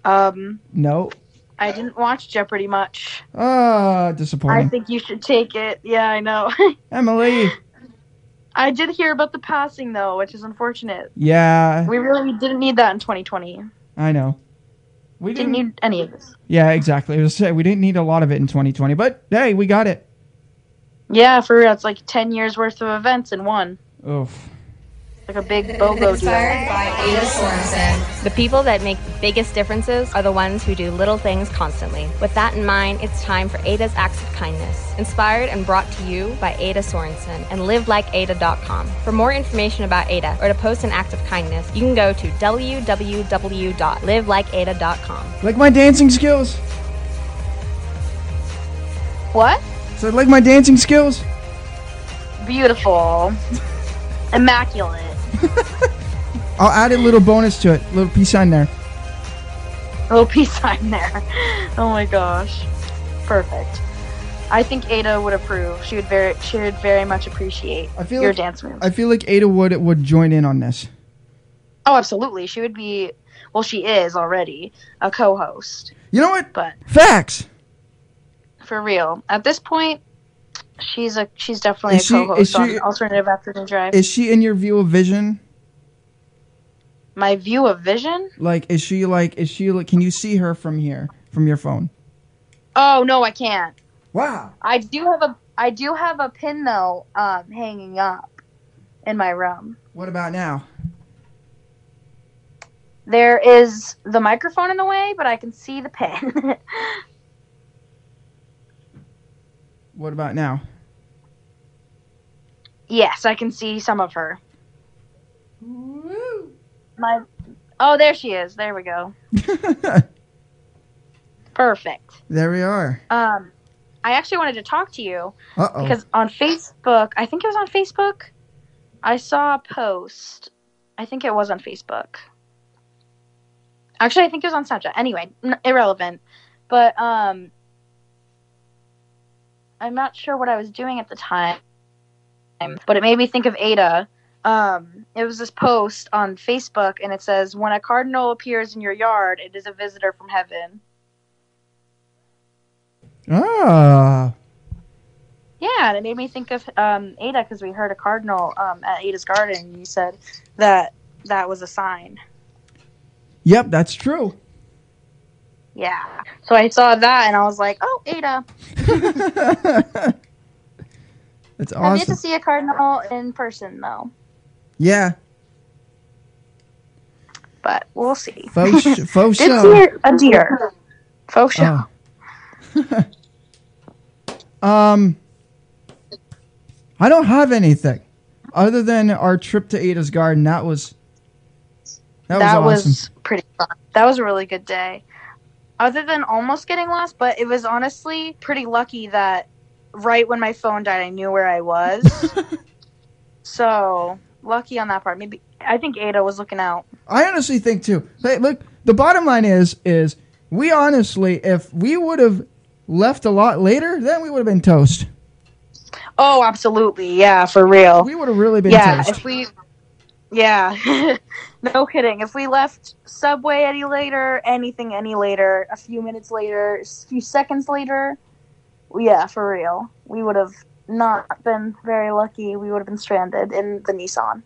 G: Um,
F: No.
G: I didn't watch Jeopardy much.
F: Ah,
G: I
F: disappointing.
G: think you should take it. Yeah, I know. [laughs]
F: Emily.
G: I did hear about the passing though, which is unfortunate.
F: Yeah,
G: We really didn't need that in 2020.
F: I know. We
G: Didn't need any of this.
F: Yeah, exactly. It was, we didn't need a lot of it in 2020, but hey, we got it.
G: Yeah, for real, it's like 10 years worth of events in one.
F: Oof.
G: Like a big BOGO deal.
A: Inspired by Ada Sorensen.
J: The people that make the biggest differences are the ones who do little things constantly. With that in mind, it's time for Ada's Acts of Kindness, inspired and brought to you by Ada Sorensen and livelikeada.com. For more information about Ada or to post an act of kindness, you can go to www.livelikeada.com.
F: Like my dancing skills.
G: What?
F: So I like my dancing skills.
G: Beautiful. Immaculate.
F: I'll add a little bonus to it. Little peace sign there.
G: Little peace sign there. Oh my gosh. Perfect. I think Ada would approve. She would very she would very much appreciate
F: I feel
G: your
F: like-
G: dance moves.
F: I feel like Ada would would join in on this.
G: oh, absolutely. She would be well, she is already a co-host.
F: You know what?
G: But
F: Facts.
G: for real, at this point, she's a she's definitely
F: Is
G: a
F: she- is
G: co-host
F: she-
G: on Alternative Afternoon Drive.
F: Is she in your view of vision?
G: My view of vision?
F: Like, is she like? Is she like? Can you see her from here from your phone?
G: Oh no, I can't.
F: Wow.
G: I do have a I do have a pin though um, hanging up in my room.
F: What about now?
G: There is the microphone in the way, but I can see the pin.
F: What about now?
G: [laughs]
F: [laughs]
G: yes, I can see some of her. My oh, there she is. There we go. Perfect.
F: There we are.
G: Um, I actually wanted to talk to you
F: Uh oh.
G: because on Facebook, I think it was on Facebook, I saw a post. I think it was on Facebook. Actually, I think it was on Snapchat. Anyway, n- irrelevant. But um, I'm not sure what I was doing at the time, but it made me think of Ada. Um, it was this post on Facebook, and it says, "When a cardinal appears in your yard, it is a visitor from heaven."
F: Ah.
G: Yeah, and it made me think of um, Ada because we heard a cardinal um, at Ada's garden. And you said that that was a sign.
F: Yep, that's true. [laughs]
G: Yeah. So I saw that and I was like, oh, Ada.
F: that's
G: I've yet to
F: awesome.
G: see a cardinal in person, though.
F: Yeah,
G: But we'll see. [laughs]
F: faux, sh- faux
G: Did
F: show.
G: see a- a deer. Faux show.
F: Oh.
G: Ah.
F: [laughs] um, I don't have anything other than our trip to Ada's Garden. That was that,
G: that
F: was awesome.
G: was pretty fun. That was a really good day. Other than almost getting lost, but it was honestly pretty lucky that right when my phone died, I knew where I
F: [laughs]
G: was. so lucky on that part. Maybe I think Ada was looking out.
F: I honestly think too. Hey, look, the bottom line is is we honestly, if we would have left a lot later, then we would have been toast.
G: Oh, absolutely. Yeah, for real.
F: We would have really been
G: Yeah,
F: toast. [laughs]
G: if we. Yeah, [laughs] no kidding. If we left Subway any later, anything any later, a few minutes later, a few seconds later, yeah, for real, we would have not been very lucky. We would have been stranded in the Nissan,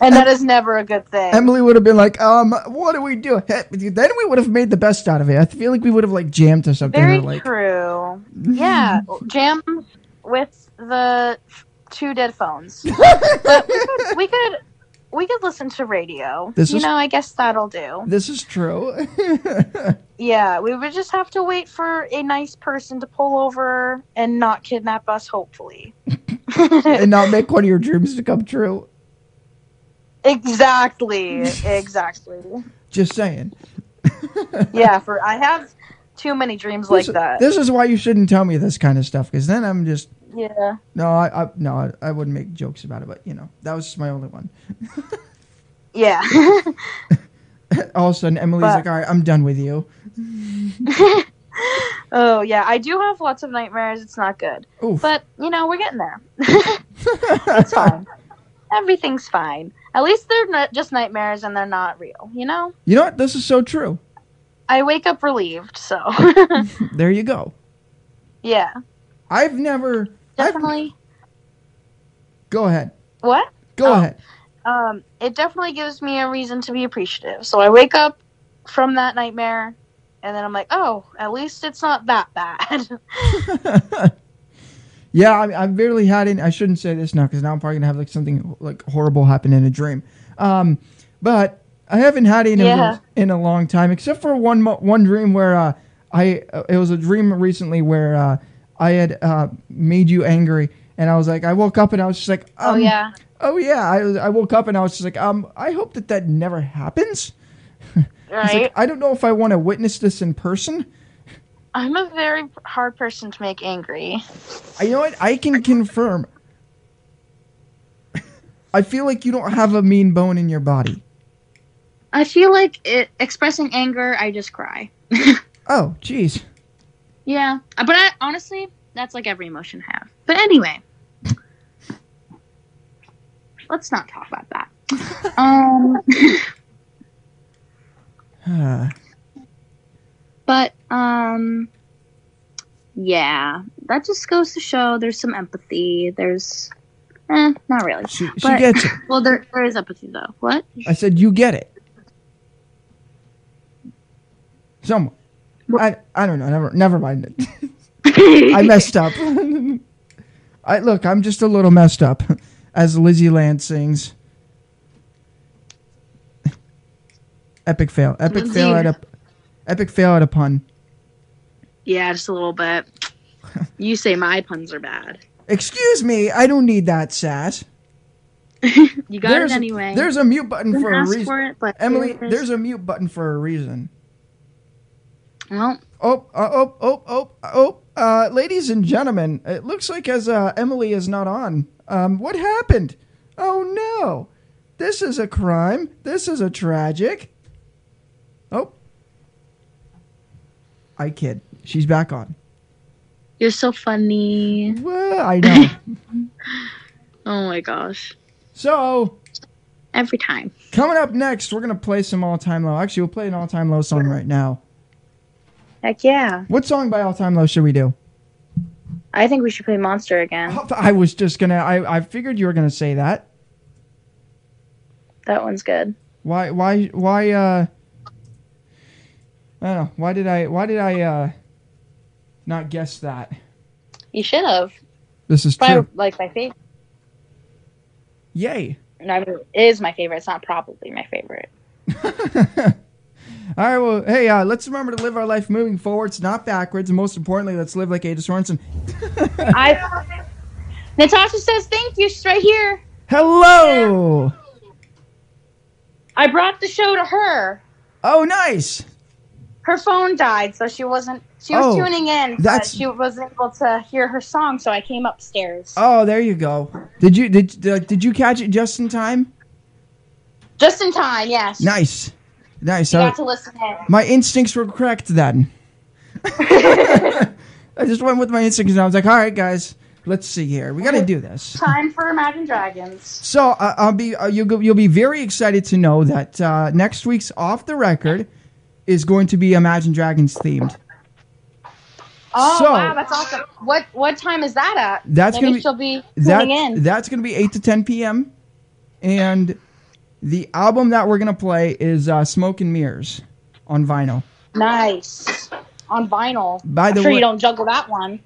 G: and that is never a good thing.
F: Emily would have been like, um, what do we do? Heck, Then we would have made the best out of it. I feel like we would have like jammed to something.
G: Very
F: or, like,
G: true.
F: [laughs]
G: Yeah, jam with the two dead
F: [laughs]
G: phones. but we could, we could we could listen to radio.
F: This
G: you
F: is-
G: know, I guess that'll do.
F: This is true. [laughs]
G: Yeah, we would just have to wait for a nice person to pull over and not kidnap us.
F: [laughs]
G: Hopefully,
F: and not make one of your dreams to come true.
G: exactly, exactly.
F: Just saying.
G: Yeah, for I have too many dreams like
F: this,
G: that.
F: This is why you shouldn't tell me this kind of stuff because then I'm just
G: Yeah,
F: no, I, I no, I, I wouldn't make jokes about it. But you know, that was just my only one.
G: yeah. [laughs]
F: All of a sudden, Emily's
G: But-
F: like, "All right, I'm done with you."
G: oh yeah, I do have lots of nightmares. It's not good.
F: Oof.
G: But you know, we're getting there. it's fine. Everything's fine. At least they're not just nightmares and they're not real. You know,
F: [laughs] You know what? This is so true.
G: I wake up relieved. So [laughs]
F: There you go.
G: yeah,
F: I've never. I've,
G: definitely.
F: go ahead.
G: What?
F: Go
G: Oh.
F: ahead.
G: Um, it definitely gives me a reason to be appreciative. So I wake up from that nightmare, and then I'm like, oh, at least it's not that bad. [laughs]
F: Yeah, I, I've barely had any. I shouldn't say this now because now I'm probably gonna have like something like horrible happen in a dream. Um, but I haven't had any
G: Yeah.
F: in a long time, except for one mo- one dream where uh, I uh, it was a dream recently where uh, I had uh, made you angry, and I was like, I woke up and I was just like,
G: oh
F: um,
G: yeah.
F: oh yeah. I was- I woke up and I was just like, um, I hope that that never happens. I was
G: Right.
F: like, I don't know if I want to witness this in person.
G: I'm a very hard person to make angry.
F: I- You know what? I can confirm. I feel like you don't have a mean bone in your body.
I: I feel like it, expressing anger, I just cry.
F: Oh, jeez. [sighs]
I: Yeah, Uh, but I, honestly, that's like every emotion I have. But anyway, let's not talk about
G: [laughs]
I: that. um, [laughs]
F: Uh,
I: but um, yeah, that just goes to show there's some empathy. There's, eh, not really.
F: she, she
I: But-
F: gets it.
I: Well, there there is empathy though. What?
F: I said, you get it. Someone. I, I don't know. Never never mind.
I: [laughs]
F: I messed up. I look. I'm just a little messed up, [laughs] as Lizzie Land sings. Epic fail. Epic fail at a. Epic fail at a pun.
I: Yeah, just a little bit. You say my puns are bad.
F: Excuse me. I don't need that sass.
I: You got
F: there's,
I: it anyway.
F: There's a mute button
I: Didn't
F: for a
I: ask
F: reason.
I: for it, but
F: Emily,
I: here it is.
F: there's a mute button for a reason.
I: well,
F: Oh, uh, oh, oh, oh, oh. Uh, ladies and gentlemen, it looks like as uh, Emily is not on. Um, what happened? Oh no! This is a crime. This is a tragic. Oh, I kid. She's back on.
I: you're so funny.
F: Well, I
I: [coughs]
F: know.
I: Oh my gosh.
F: so
I: Every time.
F: coming up next, we're gonna play some all time low. Actually, we'll play an all time low song right now.
G: Heck yeah.
F: What song by all time low should we do?
G: I think we should play Monster again.
F: I was just gonna. I I figured you were gonna say that.
G: That one's good.
F: Why why why uh I don't know. Why did I why did I uh not guess that?
G: You should have.
F: This is
G: Probably
F: true.
G: like my favorite.
F: Yay.
G: No, I mean, it is my favorite. It's not probably my favorite.
F: All right, well, hey, uh, let's remember to live our life moving forwards, not backwards, and most importantly, let's live like Ada Sorensen.
G: I. Natasha says thank you. She's right here.
F: Hello.
G: I brought the show to her.
F: Oh, nice.
G: Her phone died, so she wasn't. She was
F: Oh,
G: tuning in, but
F: that's-
G: she wasn't able to hear her song. So I came upstairs
F: Oh, there you go. Did you did did did you catch it just in time?
G: just in time. Yes,
F: Nice. Nice.
G: she
F: I-
G: got to listen in.
F: my instincts were correct then. [laughs] I just went with my instincts and I was like, all right, guys, let's see here. We got to do this.
G: Time for Imagine Dragons.
F: So uh, I'll be uh, you'll, go- you'll be very excited to know that uh, next week's off the record is going to be Imagine Dragons themed.
G: Oh
F: So-
G: wow, that's awesome. What what time is that at?
F: That's
G: Maybe
F: gonna be-
G: she'll be tuning
F: That
G: in.
F: that's going to be eight to ten p.m. and the album that we're going to play is uh, Smoke and Mirrors on vinyl. [laughs]
G: nice on vinyl.
F: By
G: I'm
F: the
G: sure
F: way-
G: you don't juggle that one.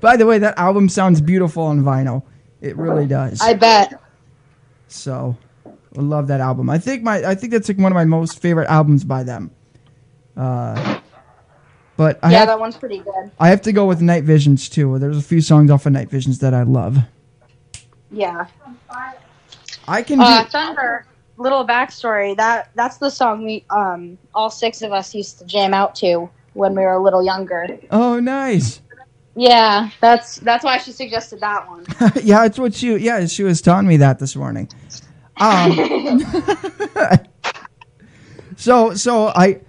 F: By the way, that album sounds beautiful on vinyl. It really does.
G: I bet.
F: So I love that album. I think my I think that's like one of my most favorite albums by them. Uh, but I
G: yeah,
F: have,
G: that one's pretty good.
F: I have to go with Night Visions too. There's a few songs off of Night Visions that I love.
G: Yeah.
F: I can
G: Uh,
F: do,
G: Thunder. Little backstory. That that's the song we um all six of us used to jam out to when we were a little younger.
F: Oh nice.
G: Yeah, that's that's why she suggested that one.
F: yeah, it's what she yeah, she was telling me that this morning. Um, [laughs] so so I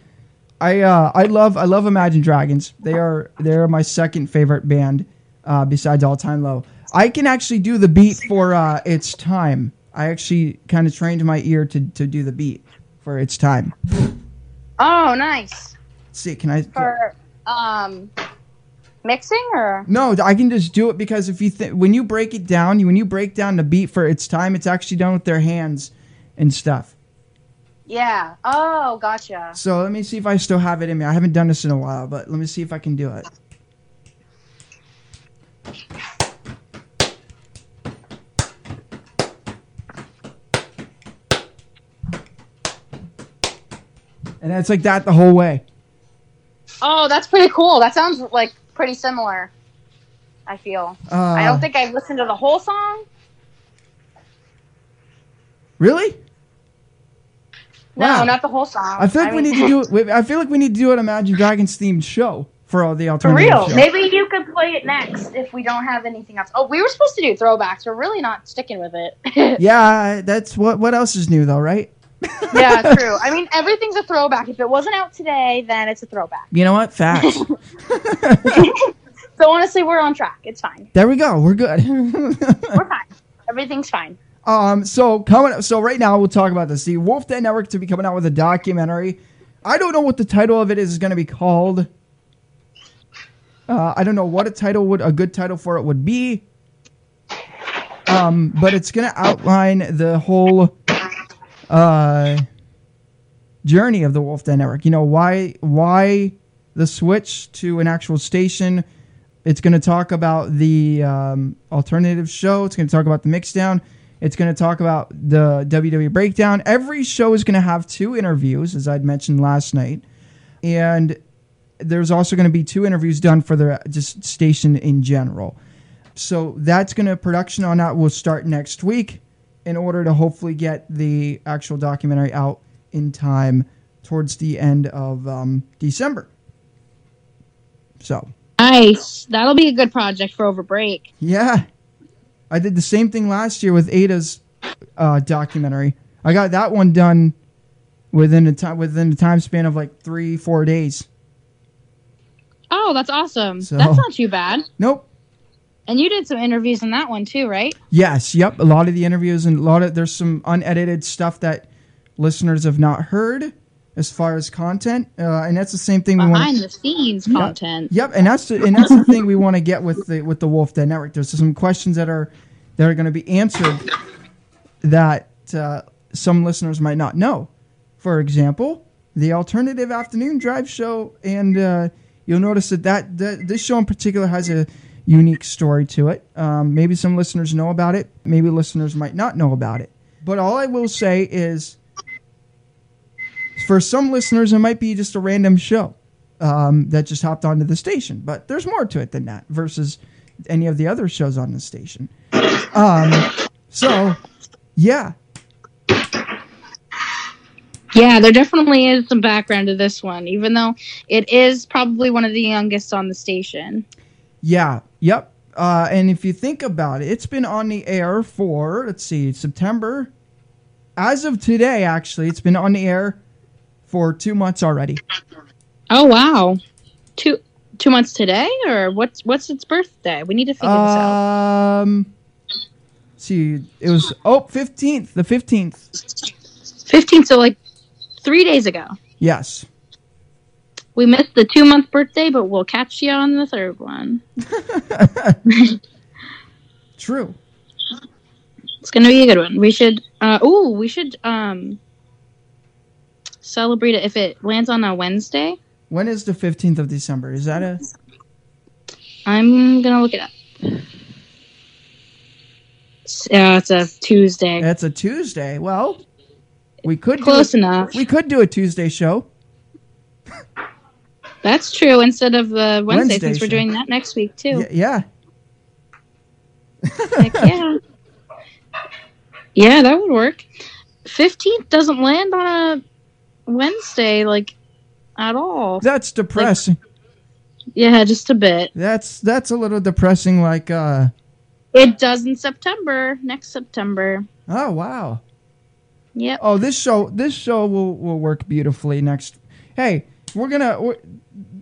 F: I uh, I love I love Imagine Dragons. They are they are my second favorite band uh, besides All Time Low. I can actually do the beat for uh, It's Time. I actually kind of trained my ear to, to do the beat for It's Time.
G: Oh, nice.
F: Let's see, can I?
G: For um mixing or
F: No, I can just do it because if you th- when you break it down, when you break down the beat for It's Time, it's actually done with their hands and stuff.
G: yeah. Oh, gotcha.
F: So let me see if I still have it in me. I haven't done this in a while, but let me see if I can do it. And it's like that the whole way.
G: Oh, that's pretty cool. That sounds like pretty similar. I feel.
F: Uh,
G: I don't think I've listened to the whole song.
F: Really?
G: No,
F: Wow.
G: not the whole song.
F: I feel like we
G: mean-
F: need to do. we- I feel like we need to do an Imagine Dragons themed show for all the
G: For
F: alternative.
G: real.
F: show.
G: Maybe you could play it next if we don't have anything else. Oh, we were supposed to do throwbacks. We're really not sticking with it. [laughs]
F: Yeah, that's what. What else is new though, right?
G: yeah, true. I mean, everything's a throwback. If it wasn't out today, then it's a throwback.
F: You know
G: [laughs]
F: what? Facts.
G: So honestly, we're on track. It's fine.
F: there we go. We're good. [laughs]
G: We're fine. Everything's fine.
F: Um, so coming up, so right now we'll talk about this. The Wolf Den Network to be coming out with a documentary. I don't know what the title of it is going to be called. Uh, I don't know what a title would a good title for it would be. Um, but it's going to outline the whole uh, journey of the Wolf Den Network. You know why why the switch to an actual station. It's going to talk about the um, alternative show. It's going to talk about the mixdown. It's going to talk about the WWE breakdown. Every show is going to have two interviews, as I'd mentioned last night, and there's also going to be two interviews done for the just station in general. So that's going to production on that will start next week in order to hopefully get the actual documentary out in time towards the end of um, December. So
I: Nice. That'll be a good project for over break.
F: yeah. I did the same thing last year with Ada's uh, documentary. I got that one done within a time within the time span of like three, four days.
I: Oh, that's awesome.
F: So-
I: That's not too bad.
F: Nope.
I: And you did some interviews in that one too, right?
F: Yes, yep. A lot of the interviews and a lot of there's some unedited stuff that listeners have not heard as far as content, uh, and that's the same thing we want.
I: Behind the scenes content.
F: Yep, and that's the, and that's the thing we want to get with the with the Wolf Den Network. There's some questions that are that are going to be answered that uh, some listeners might not know. For example, the alternative afternoon drive show, and uh, you'll notice that, that that this show in particular has a unique story to it. Um, maybe some listeners know about it. Maybe listeners might not know about it. But all I will say is, for some listeners, it might be just a random show um, that just hopped onto the station. But there's more to it than that versus any of the other shows on the station. Um, so, yeah,
I: Yeah, there definitely is some background to this one, even though it is probably one of the youngest on the station.
F: yeah, yep. Uh, and if you think about it, it's been on the air for, let's see, September. As of today, actually, it's been on the air for two months already.
I: Oh wow. Two two months today or what's what's its birthday? We need to figure
G: Uh,
I: this out.
F: Um, see, it was, oh, 15th, the 15th.
I: Fifteen, so like three days ago.
F: Yes.
I: We missed the two month birthday, but we'll catch you on the third one.
F: True.
I: It's gonna be a good one. We should uh ooh, we should um celebrate it if it lands on a Wednesday.
F: When is the 15th of December? Is that a.
I: I'm gonna look it up. S- Yeah, it's a Tuesday.
F: That's a Tuesday. Well, we could
I: Close
F: do
I: enough.
F: a, we could do a Tuesday show.
I: That's true. Instead of uh, Wednesday, since
F: Wednesday,
I: we're doing that next week too.
F: Y- yeah,
I: Heck yeah. Yeah, that would work. Fifteenth doesn't land on a Wednesday, like at all.
F: that's depressing.
I: Yeah, just a bit.
F: that's that's a little depressing. Like, uh,
I: It does in September. Next September.
F: oh wow,
I: Yep.
F: oh this show this show will will work beautifully next. Hey, we're gonna we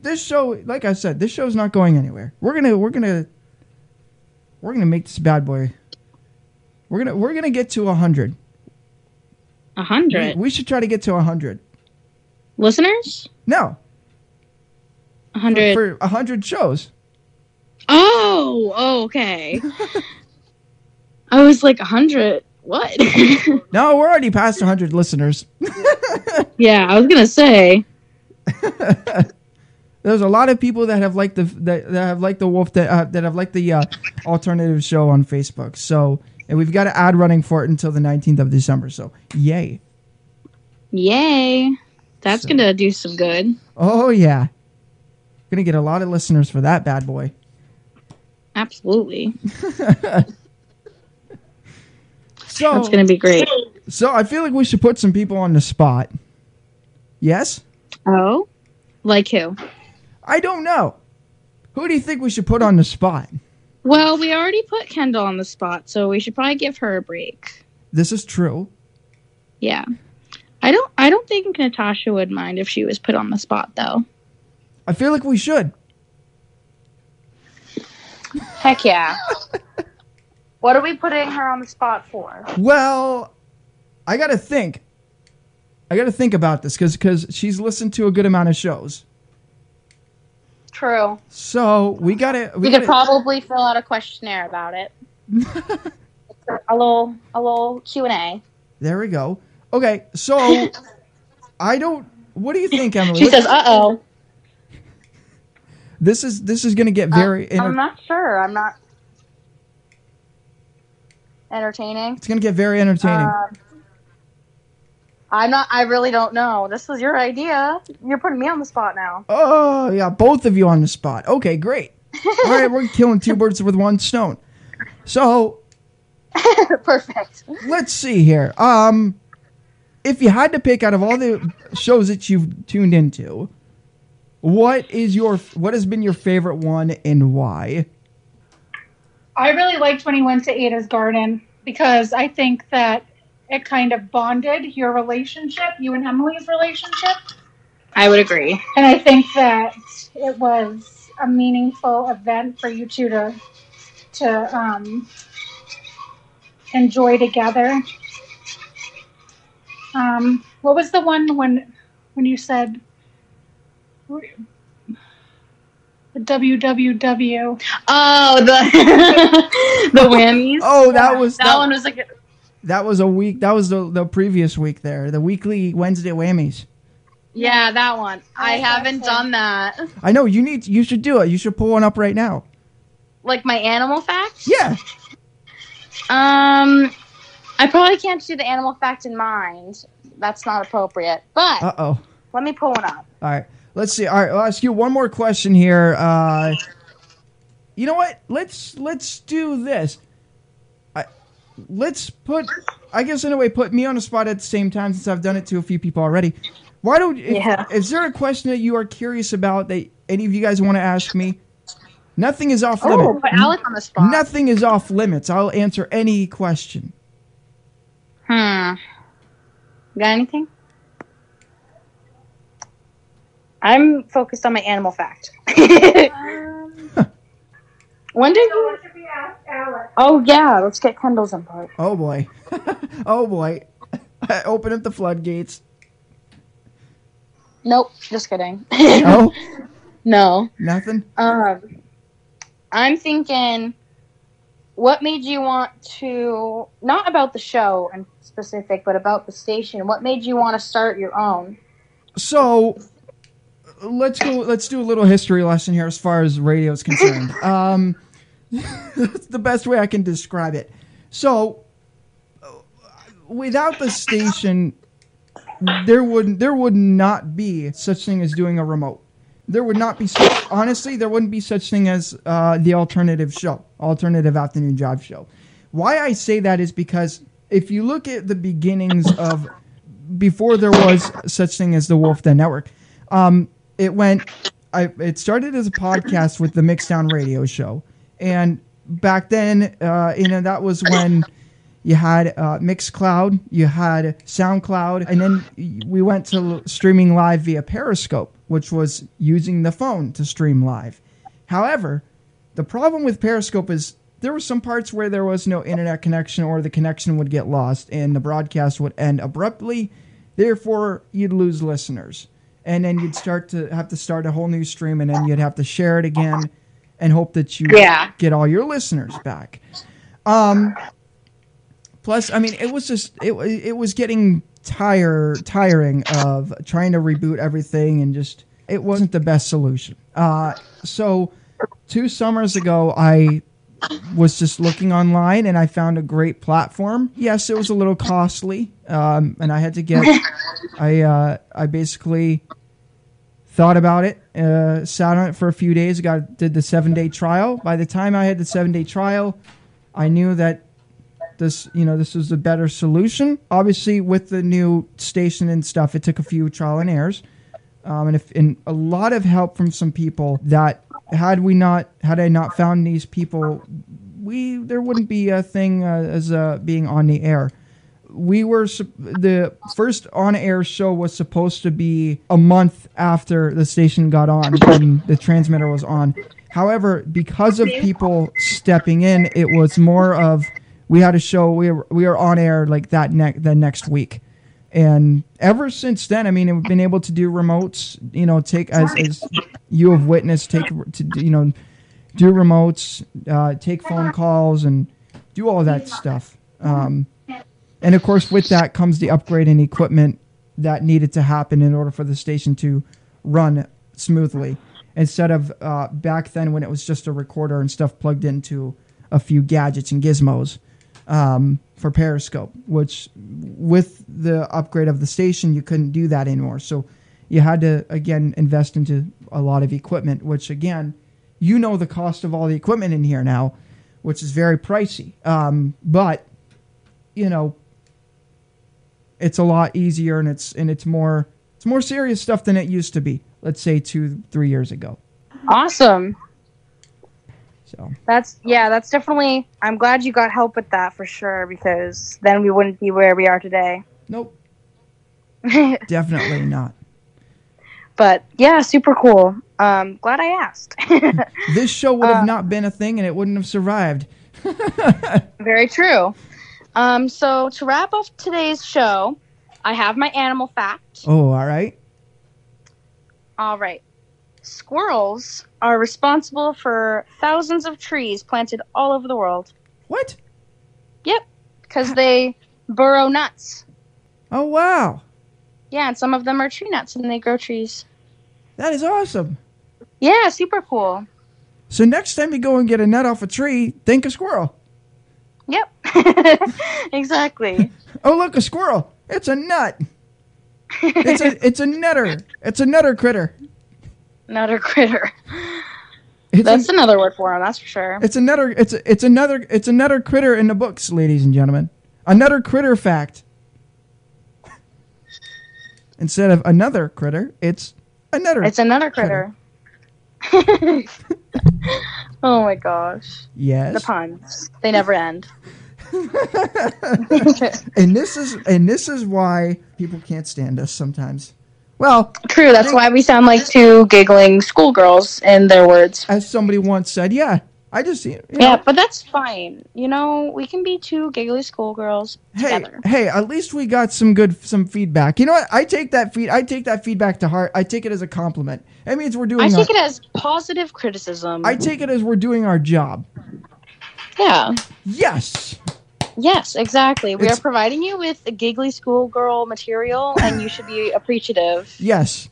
F: this show. Like I said, this show's not going anywhere. We're gonna we're gonna we're gonna make this bad boy. We're gonna we're gonna get to a hundred.
I: A hundred.
F: We should try to get to a hundred.
I: Listeners?
F: No,
I: A hundred.
F: for a hundred shows.
I: Oh,
F: [laughs]
I: oh, okay. I was like, a 100? What? [laughs]
F: No, we're already past 100 listeners.
I: yeah, I was going to say.
F: [laughs] There's a lot of people that have liked the that, that have liked the wolf that uh, that have liked the uh, alternative show on Facebook. So, and we've got an ad running for it until the 19th of December. So, yay!
I: Yay. That's
F: So-
I: going to do some good.
F: Oh yeah, gonna get a lot of listeners for that bad boy. [laughs]
I: Absolutely.
F: So
I: That's going to be great.
F: Oh. So I feel like we should put some people on the spot. Yes?
I: Oh? Like who?
F: I don't know. Who do you think we should put on the spot?
I: Well, we already put Kendall on the spot, so we should probably give her a break.
F: This is true.
I: Yeah. I don't I don't think Natasha would mind if she was put on the spot though.
F: I feel like we should.
G: Heck yeah. [laughs] what are we putting her on the spot for?
F: Well, I got to think. I got to think about this cuz cuz she's listened to a good amount of shows.
G: True.
F: So, we got to
I: We, could probably fill out a questionnaire
G: [laughs]
I: about it. a little a little Q&A.
F: There we go. Okay,
I: [laughs]
F: so I don't what do you think, Emily?
I: She
F: What-
I: says, "Uh-oh."
F: this is this is going to get
I: uh,
F: very inter-
G: I'm not sure. I'm not entertaining.
F: it's going to get very entertaining.
I: Uh,
G: Um, I'm not. I really don't know. This was your idea. You're putting me on the spot now. [laughs]
F: Oh, yeah, both of you on the spot. Okay,
I: [laughs]
F: great. All right, we're killing two birds with one stone. So
G: Perfect.
F: let's see here. Um, if you had to pick out of all the shows that you've tuned into, what is your what has been your favorite one and why?
K: I really liked when he went to Ada's garden because I think that it kind of bonded your relationship, you and Emily's relationship.
I: I would agree.
K: And I think that it was a meaningful event for you two to to um, enjoy together. Um, what was the one when when you said the WWW?
I: Oh, the [laughs] the whammies.
F: Oh, that was
I: that,
F: that,
I: one was like
F: that was a week. That was the the previous week there. The weekly Wednesday whammies.
I: yeah, that one. I haven't done that.
F: I know you need you should do it. You should pull one up right now.
I: Like my animal fact.
F: Yeah.
I: Um, I probably can't do the animal fact in mind. That's not appropriate. But
F: Uh oh.
G: Let me pull one up.
F: All right. Let's see. All right. I'll ask you one more question here. Uh, you know what? Let's let's do this. I, let's put. I guess in a way, put me on a spot at the same time since I've done it to a few people already. Why don't? If,
G: Yeah.
F: Is there a question that you are curious about that any of you guys want to ask me? Nothing is off
I: oh,
F: limits.
I: put Alec on the spot.
F: Nothing is off limits. I'll answer any question.
I: Hmm. Got anything?
G: I'm focused on my animal fact.
I: [laughs]
G: when did you? Oh yeah, let's get Kendall's input.
F: Oh boy. [laughs] oh boy. [laughs] Open up the floodgates.
I: Nope. Just kidding.
F: Oh,
I: [laughs] no.
F: nothing.
I: Um, I'm thinking, what made you want to not about the show in specific, but about the station? What made you want to start your own?
F: so let's go let's do a little history lesson here as far as radio is concerned um [laughs] that's the best way i can describe it so uh, without the station there would there would not be such thing as doing a remote there would not be such, honestly there wouldn't be such thing as uh, the alternative show alternative afternoon job show why i say that is because if you look at the beginnings of before there was such thing as the Wolf Den Network. Um, it went. I it started as a podcast with the Mixdown Radio Show, and back then, uh, you know, that was when you had uh, Mixcloud, you had SoundCloud, and then we went to streaming live via Periscope, which was using the phone to stream live. However, the problem with Periscope is there were some parts where there was no internet connection or the connection would get lost and the broadcast would end abruptly. Therefore, you'd lose listeners. And then you'd start to have to start a whole new stream and then you'd have to share it again and hope that you
I: Yeah.
F: get all your listeners back. Um, plus, I mean, it was just it wa- it was getting tire tiring of trying to reboot everything and just it wasn't the best solution. Uh, so two summers ago, I was just looking online and I found a great platform. Yes, it was a little costly, um, and I had to get. I uh, I basically thought about it, uh, sat on it for a few days. Got did the seven day trial. By the time I had the seven day trial, I knew that this you know this was a better solution. Obviously, with the new station and stuff, it took a few trial and errors, um, and if and a lot of help from some people that had we not had I not found these people, we there wouldn't be a thing uh, as uh, being on the air we were sup- the first on-air show was supposed to be a month after the station got on and the transmitter was on. However, because of people stepping in, it was more of we had a show we were, we were on air like that next the next week. And ever since then, I mean, we've been able to do remotes, you know, take as, as you have witnessed, take to you know, do remotes, uh, take phone calls, and do all that stuff. Um, and of course, with that comes the upgrade in equipment that needed to happen in order for the station to run smoothly. Instead of uh, back then when it was just a recorder and stuff plugged into a few gadgets and gizmos um, for Periscope, which with the upgrade of the station, you couldn't do that anymore. So you had to, again, invest into a lot of equipment, which, again, you know the cost of all the equipment in here now, which is very pricey. Um, but, you know, it's a lot easier and it's and it's more it's more serious stuff than it used to be let's say two three years ago
I: Awesome.
F: So.
I: That's yeah, that's definitely I'm glad you got help with that for sure because then we wouldn't be where we are today.
F: Nope. definitely not
I: But yeah, super cool. Um glad I asked. [laughs]
F: this show would
I: Uh,
F: have not been a thing and it wouldn't have survived [laughs]
I: Very true. Um so to wrap up today's show, I have my animal fact.
F: oh all right
I: All right. Squirrels are responsible for thousands of trees planted all over the world.
F: What?
I: Yep, because they burrow nuts.
F: oh wow
I: Yeah, and some of them are tree nuts and they grow trees.
F: that is awesome
I: Yeah, super cool.
F: so next time you go and get a nut off a tree think a squirrel
I: Yep. [laughs] exactly.
F: oh look a squirrel it's a nut it's a it's a nutter it's a nutter critter
I: Another critter.
F: it's
I: That's
F: an-
I: another word for them, that's for sure.
F: It's another. It's a, it's another. It's another critter in the books, ladies and gentlemen. Another critter fact. Instead of another critter, it's another.
I: It's another critter. [laughs] oh my gosh.
F: Yes.
I: The puns. They
F: [laughs]
I: never end.
F: and this is and this is why people can't stand us sometimes. Well,
I: true. That's why we sound like two giggling schoolgirls in their words.
F: As somebody once said, yeah, I just you know,
I: Yeah, but that's fine. You know, we can be two giggly schoolgirls
F: Hey,
I: together.
F: hey, at least we got some good some feedback. You know what? I take that feed I take that feedback to heart. I take it as a compliment. It means we're doing
I: I take
F: our-
I: it as positive criticism.
F: I take it as we're doing our job.
I: Yeah.
F: Yes.
I: Yes, exactly. We
F: It's-
I: are providing you with the giggly schoolgirl material, and you should be appreciative
F: Yes.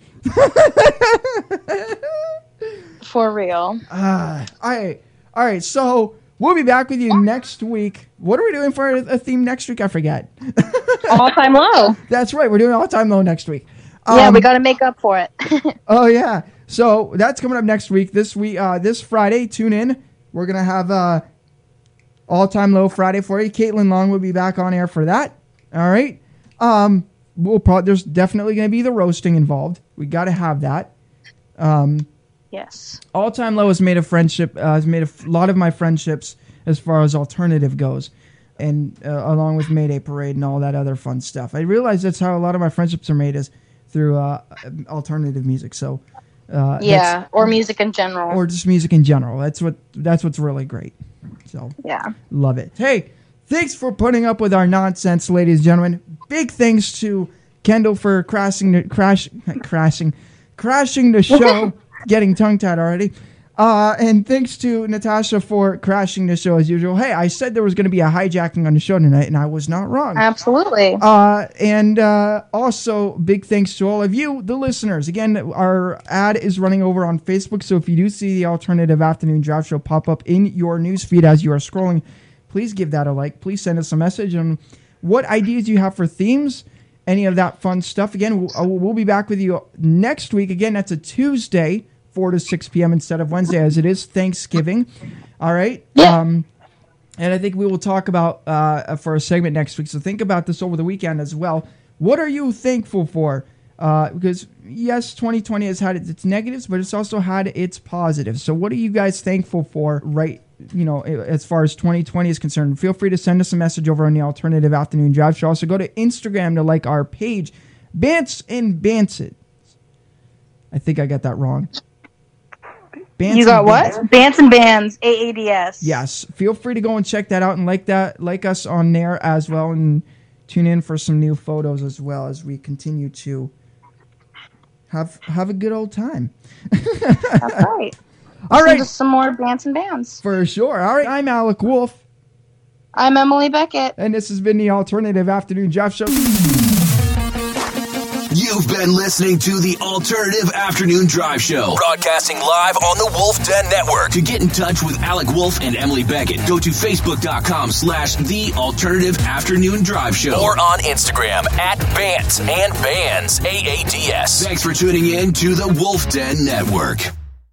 I: for real.
F: Uh, I all right. So we'll be back with you next week. What are we doing for a, a theme next week? I forget. [laughs]
I: all time low.
F: That's right. We're doing all time low next week.
I: yeah, we
F: Um,
I: got to make up for it. [laughs]
F: Oh yeah. So that's coming up next week. This week, uh, this Friday, tune in. We're gonna have uh, all time low Friday for you. Caitlin Long will be back on air for that. All right. Um, we'll probably there's definitely gonna be the roasting involved. We gotta have that. Um,
I: yes.
F: all time low has made a friendship uh, has made a f- lot of my friendships as far as alternative goes and uh, along with mayday parade and all that other fun stuff i realize that's how a lot of my friendships are made is through uh, alternative music so uh, that's-
I: Yeah, or music in general.
F: or just music in general that's what that's what's really great so
I: yeah.
F: Love it. Hey, thanks for putting up with our nonsense, ladies and gentlemen. Big thanks to Kendall for crashing the crash [laughs] crashing crashing the
I: [laughs]
F: show. Getting tongue tied already. Uh, and thanks to Natasha for crashing the show as usual. Hey, I said there was going to be a hijacking on the show tonight, and I was not wrong.
I: Absolutely.
F: Uh, and uh, also, big thanks to all of you, the listeners. Again, our ad is running over on Facebook, so if you do see the alternative afternoon drive show pop up in your newsfeed as you are scrolling, please give that a like. Please send us a message on what ideas you have for themes, any of that fun stuff. Again, we'll, uh, we'll be back with you next week. Again, that's a Tuesday, 4 to 6 p.m. instead of Wednesday, as it is Thanksgiving. All right. Um, And I think we will talk about uh, for a segment next week. So think about this over the weekend as well. What are you thankful for? Uh, because yes, 2020 has had its negatives, but it's also had its positives. So what are you guys thankful for right you know, as far as 2020 is concerned, feel free to send us a message over on the Alternative Afternoon Drive Show. Also, go to Instagram to like our page, Bants and Bansit. I think I got that wrong.
G: Bants you got what? Bands. Bants and Bands, AADS.
F: Yes. Feel free to go and check that out and like that, like us on there as well, and tune in for some new photos as well as we continue to have have a good old time.
G: That's right.
F: All right.
G: Just some more bands and bands.
F: For sure. All right. I'm Alec Wolf.
G: I'm Emily Beckett.
F: And this has been the Alternative Afternoon Jeff Show.
E: You've been listening to the Alternative Afternoon Drive Show, broadcasting live on the Wolf Den Network. To get in touch with Alec Wolf and Emily Beckett, go to facebook.com slash the Alternative Afternoon Drive Show or on Instagram at Bants and Bands, AADS. Thanks for tuning in to the Wolf Den Network.